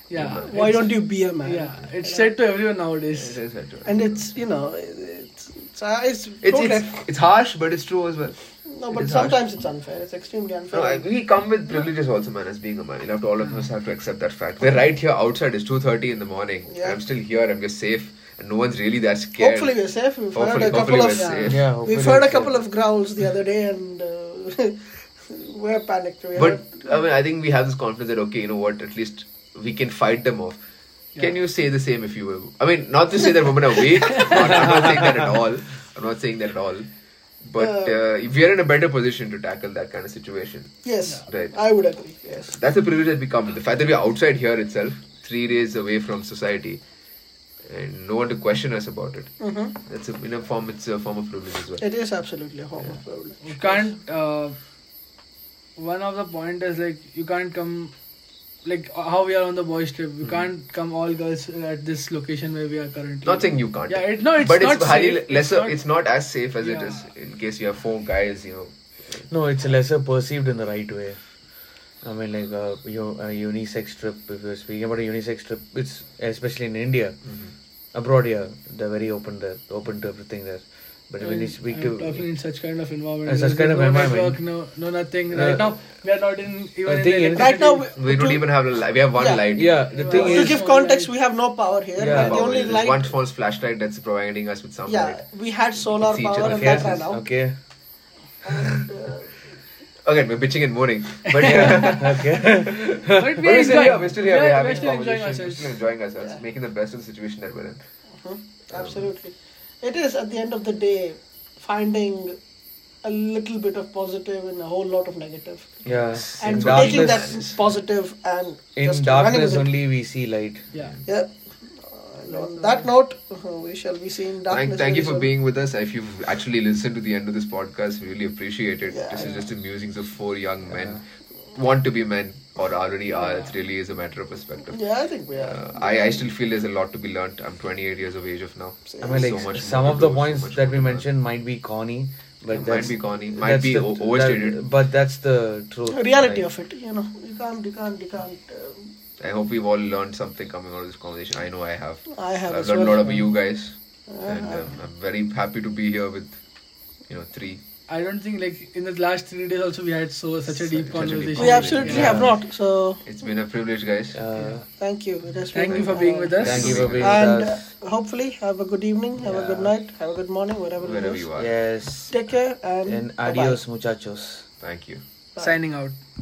Speaker 4: Yeah.
Speaker 2: why
Speaker 4: it's-
Speaker 2: don't you be a man
Speaker 4: Yeah, it's said to everyone nowadays.
Speaker 1: it is that true.
Speaker 2: and it's you know it's it's, uh, it's,
Speaker 1: It's,
Speaker 2: totally-
Speaker 1: it's, it's harsh, but it's true as well.
Speaker 2: no
Speaker 1: it
Speaker 2: but
Speaker 1: is
Speaker 2: sometimes it's unfair it's extremely unfair
Speaker 1: No, I, we come with privileges also, man, as being a man. You'll have to, all of us have to accept that fact. We're right here outside. It's 2.30 in the morning.
Speaker 2: Yeah.
Speaker 1: I'm still here. I'm just safe. And no one's really that scared.
Speaker 2: hopefully we're safe we've heard
Speaker 1: Hopefully-
Speaker 2: a couple
Speaker 1: hopefully
Speaker 2: of
Speaker 1: we're safe.
Speaker 3: Yeah,
Speaker 2: we've
Speaker 3: hopefully
Speaker 2: heard a
Speaker 3: it's-
Speaker 2: couple of growls the other day and uh, we're panicked we're
Speaker 1: But I mean, I think we have this confidence that okay, you know what? At least we can fight them off. Can you say the same if you were? I mean, not to say that women are weak. not, I'm not saying that at all. I'm not saying that at all. But uh, if we are in a better position to tackle that kind of situation,
Speaker 2: yes
Speaker 1: right?
Speaker 2: i would agree yes
Speaker 1: That's the privilege that we come with. The fact that we are outside here itself, three days away from society, and no one to question us about it.
Speaker 2: hmm
Speaker 1: That's a, in a form. It's a form of privilege as well.
Speaker 2: It is absolutely a form of privilege.
Speaker 4: You can't. Uh, one of the point is like you can't come, like how we are on the boys trip. You can't come all girls at this location where we are currently.
Speaker 1: Not saying you can't.
Speaker 4: Yeah, it, no, it's
Speaker 1: but
Speaker 4: not
Speaker 1: it's highly
Speaker 4: safe.
Speaker 1: lesser.
Speaker 4: It's not-
Speaker 1: It's not as safe as it
Speaker 4: Yeah.
Speaker 1: is in case you have four guys. You know,
Speaker 3: No, it's lesser perceived in the right way. I mean, like a, you a unisex trip. If you're speaking about a unisex trip, it's especially in India,
Speaker 4: Mm-hmm.
Speaker 3: abroad here, they're very open there, open to everything there. But when you
Speaker 4: I'm-
Speaker 3: speak
Speaker 4: I'm
Speaker 3: to
Speaker 4: talking in such kind of environment.
Speaker 3: Uh, such
Speaker 4: There's
Speaker 3: kind of
Speaker 4: no
Speaker 3: environment.
Speaker 4: network, no, no, nothing.
Speaker 3: Uh,
Speaker 4: right now, we are not in even.
Speaker 3: I
Speaker 4: in
Speaker 3: think
Speaker 4: the
Speaker 3: in-
Speaker 2: Right now,
Speaker 4: electricity.
Speaker 1: we don't
Speaker 2: to-
Speaker 1: even have a light. We have one
Speaker 2: Yeah.
Speaker 1: light.
Speaker 3: yeah, the
Speaker 4: Yeah.
Speaker 3: thing
Speaker 2: to
Speaker 3: is,
Speaker 2: give context, we have no power here.
Speaker 3: Yeah.
Speaker 2: The
Speaker 1: Power.
Speaker 2: only
Speaker 1: There's
Speaker 2: light.
Speaker 1: one false flashlight that's providing us with some
Speaker 2: yeah,
Speaker 1: light.
Speaker 2: we had solar
Speaker 1: It's each
Speaker 2: power
Speaker 1: other.
Speaker 2: and
Speaker 1: Yeah,
Speaker 2: that ran out. uh,
Speaker 3: okay,
Speaker 1: Again, we're bitching and moaning, but yeah,
Speaker 3: okay,
Speaker 4: But
Speaker 1: but
Speaker 4: we
Speaker 1: we're still here.
Speaker 4: enjoy.
Speaker 1: We're still here. We're having
Speaker 4: still enjoying
Speaker 1: conversations. We're
Speaker 4: ourselves.
Speaker 1: still enjoying ourselves,
Speaker 2: Yeah.
Speaker 1: making the best of the situation that we're in.
Speaker 2: Hmm? Absolutely. It is at the end of the day finding a little bit of positive and a whole lot of negative.
Speaker 3: yeah.
Speaker 2: And
Speaker 3: in
Speaker 2: taking
Speaker 3: darkness,
Speaker 2: that positive and
Speaker 3: in
Speaker 2: just
Speaker 3: darkness
Speaker 2: running with
Speaker 3: only we see light.
Speaker 4: Yeah.
Speaker 2: it. Yeah. And on that note, uh, we shall be seeing darkness.
Speaker 1: Thank, thank you for
Speaker 2: very soon.
Speaker 1: being with us. If you've actually listened to the end of this podcast, we really appreciate it.
Speaker 2: Yeah.
Speaker 1: this is just the musings of four young men, want to be men or already are. It really is a matter of perspective.
Speaker 2: Yeah, I think we are.
Speaker 1: Uh, I, I still feel there's a lot to be learned. I'm 28 years of age of now.
Speaker 2: Same.
Speaker 3: I mean,
Speaker 1: So
Speaker 3: like
Speaker 1: much
Speaker 3: some
Speaker 1: more
Speaker 3: of
Speaker 1: to
Speaker 3: the
Speaker 1: do, so
Speaker 3: points
Speaker 1: much
Speaker 3: that
Speaker 1: more
Speaker 3: we
Speaker 1: to learn.
Speaker 3: mentioned might be corny, but
Speaker 1: Might
Speaker 3: that's
Speaker 1: be corny, might
Speaker 3: that's
Speaker 1: be
Speaker 3: the-
Speaker 1: o-
Speaker 3: that-
Speaker 1: overstated.
Speaker 3: but that's the truth.
Speaker 2: reality
Speaker 3: right?
Speaker 2: of it, you know. You can't, you can't, you can't. Um,
Speaker 1: I hope we've all learned something coming out of this conversation. I know I have.
Speaker 2: I have
Speaker 1: I've
Speaker 2: as
Speaker 1: learned a
Speaker 2: well.
Speaker 1: lot about you guys, and
Speaker 2: I-
Speaker 1: um, I'm very happy to be here with you know three.
Speaker 4: I don't think like in the last three days also we had so such
Speaker 1: Such
Speaker 4: a deep
Speaker 1: a deep
Speaker 4: conversation.
Speaker 2: We absolutely
Speaker 1: Yeah.
Speaker 2: have not. So
Speaker 1: It's been a privilege, guys.
Speaker 3: Uh,
Speaker 2: thank you. It has
Speaker 4: Thank
Speaker 2: been,
Speaker 4: you for being
Speaker 2: uh,
Speaker 4: with us.
Speaker 3: Thank you for being
Speaker 2: And
Speaker 3: with
Speaker 2: uh,
Speaker 3: us.
Speaker 2: hopefully, have a good evening, have a good
Speaker 3: Yeah.
Speaker 2: night, have a good morning, whatever
Speaker 1: Wherever
Speaker 2: it is.
Speaker 1: you are,
Speaker 3: Yes.
Speaker 2: Take care and
Speaker 3: And
Speaker 2: uh, bye-bye.
Speaker 3: adios, muchachos.
Speaker 1: thank you.
Speaker 4: Signing out.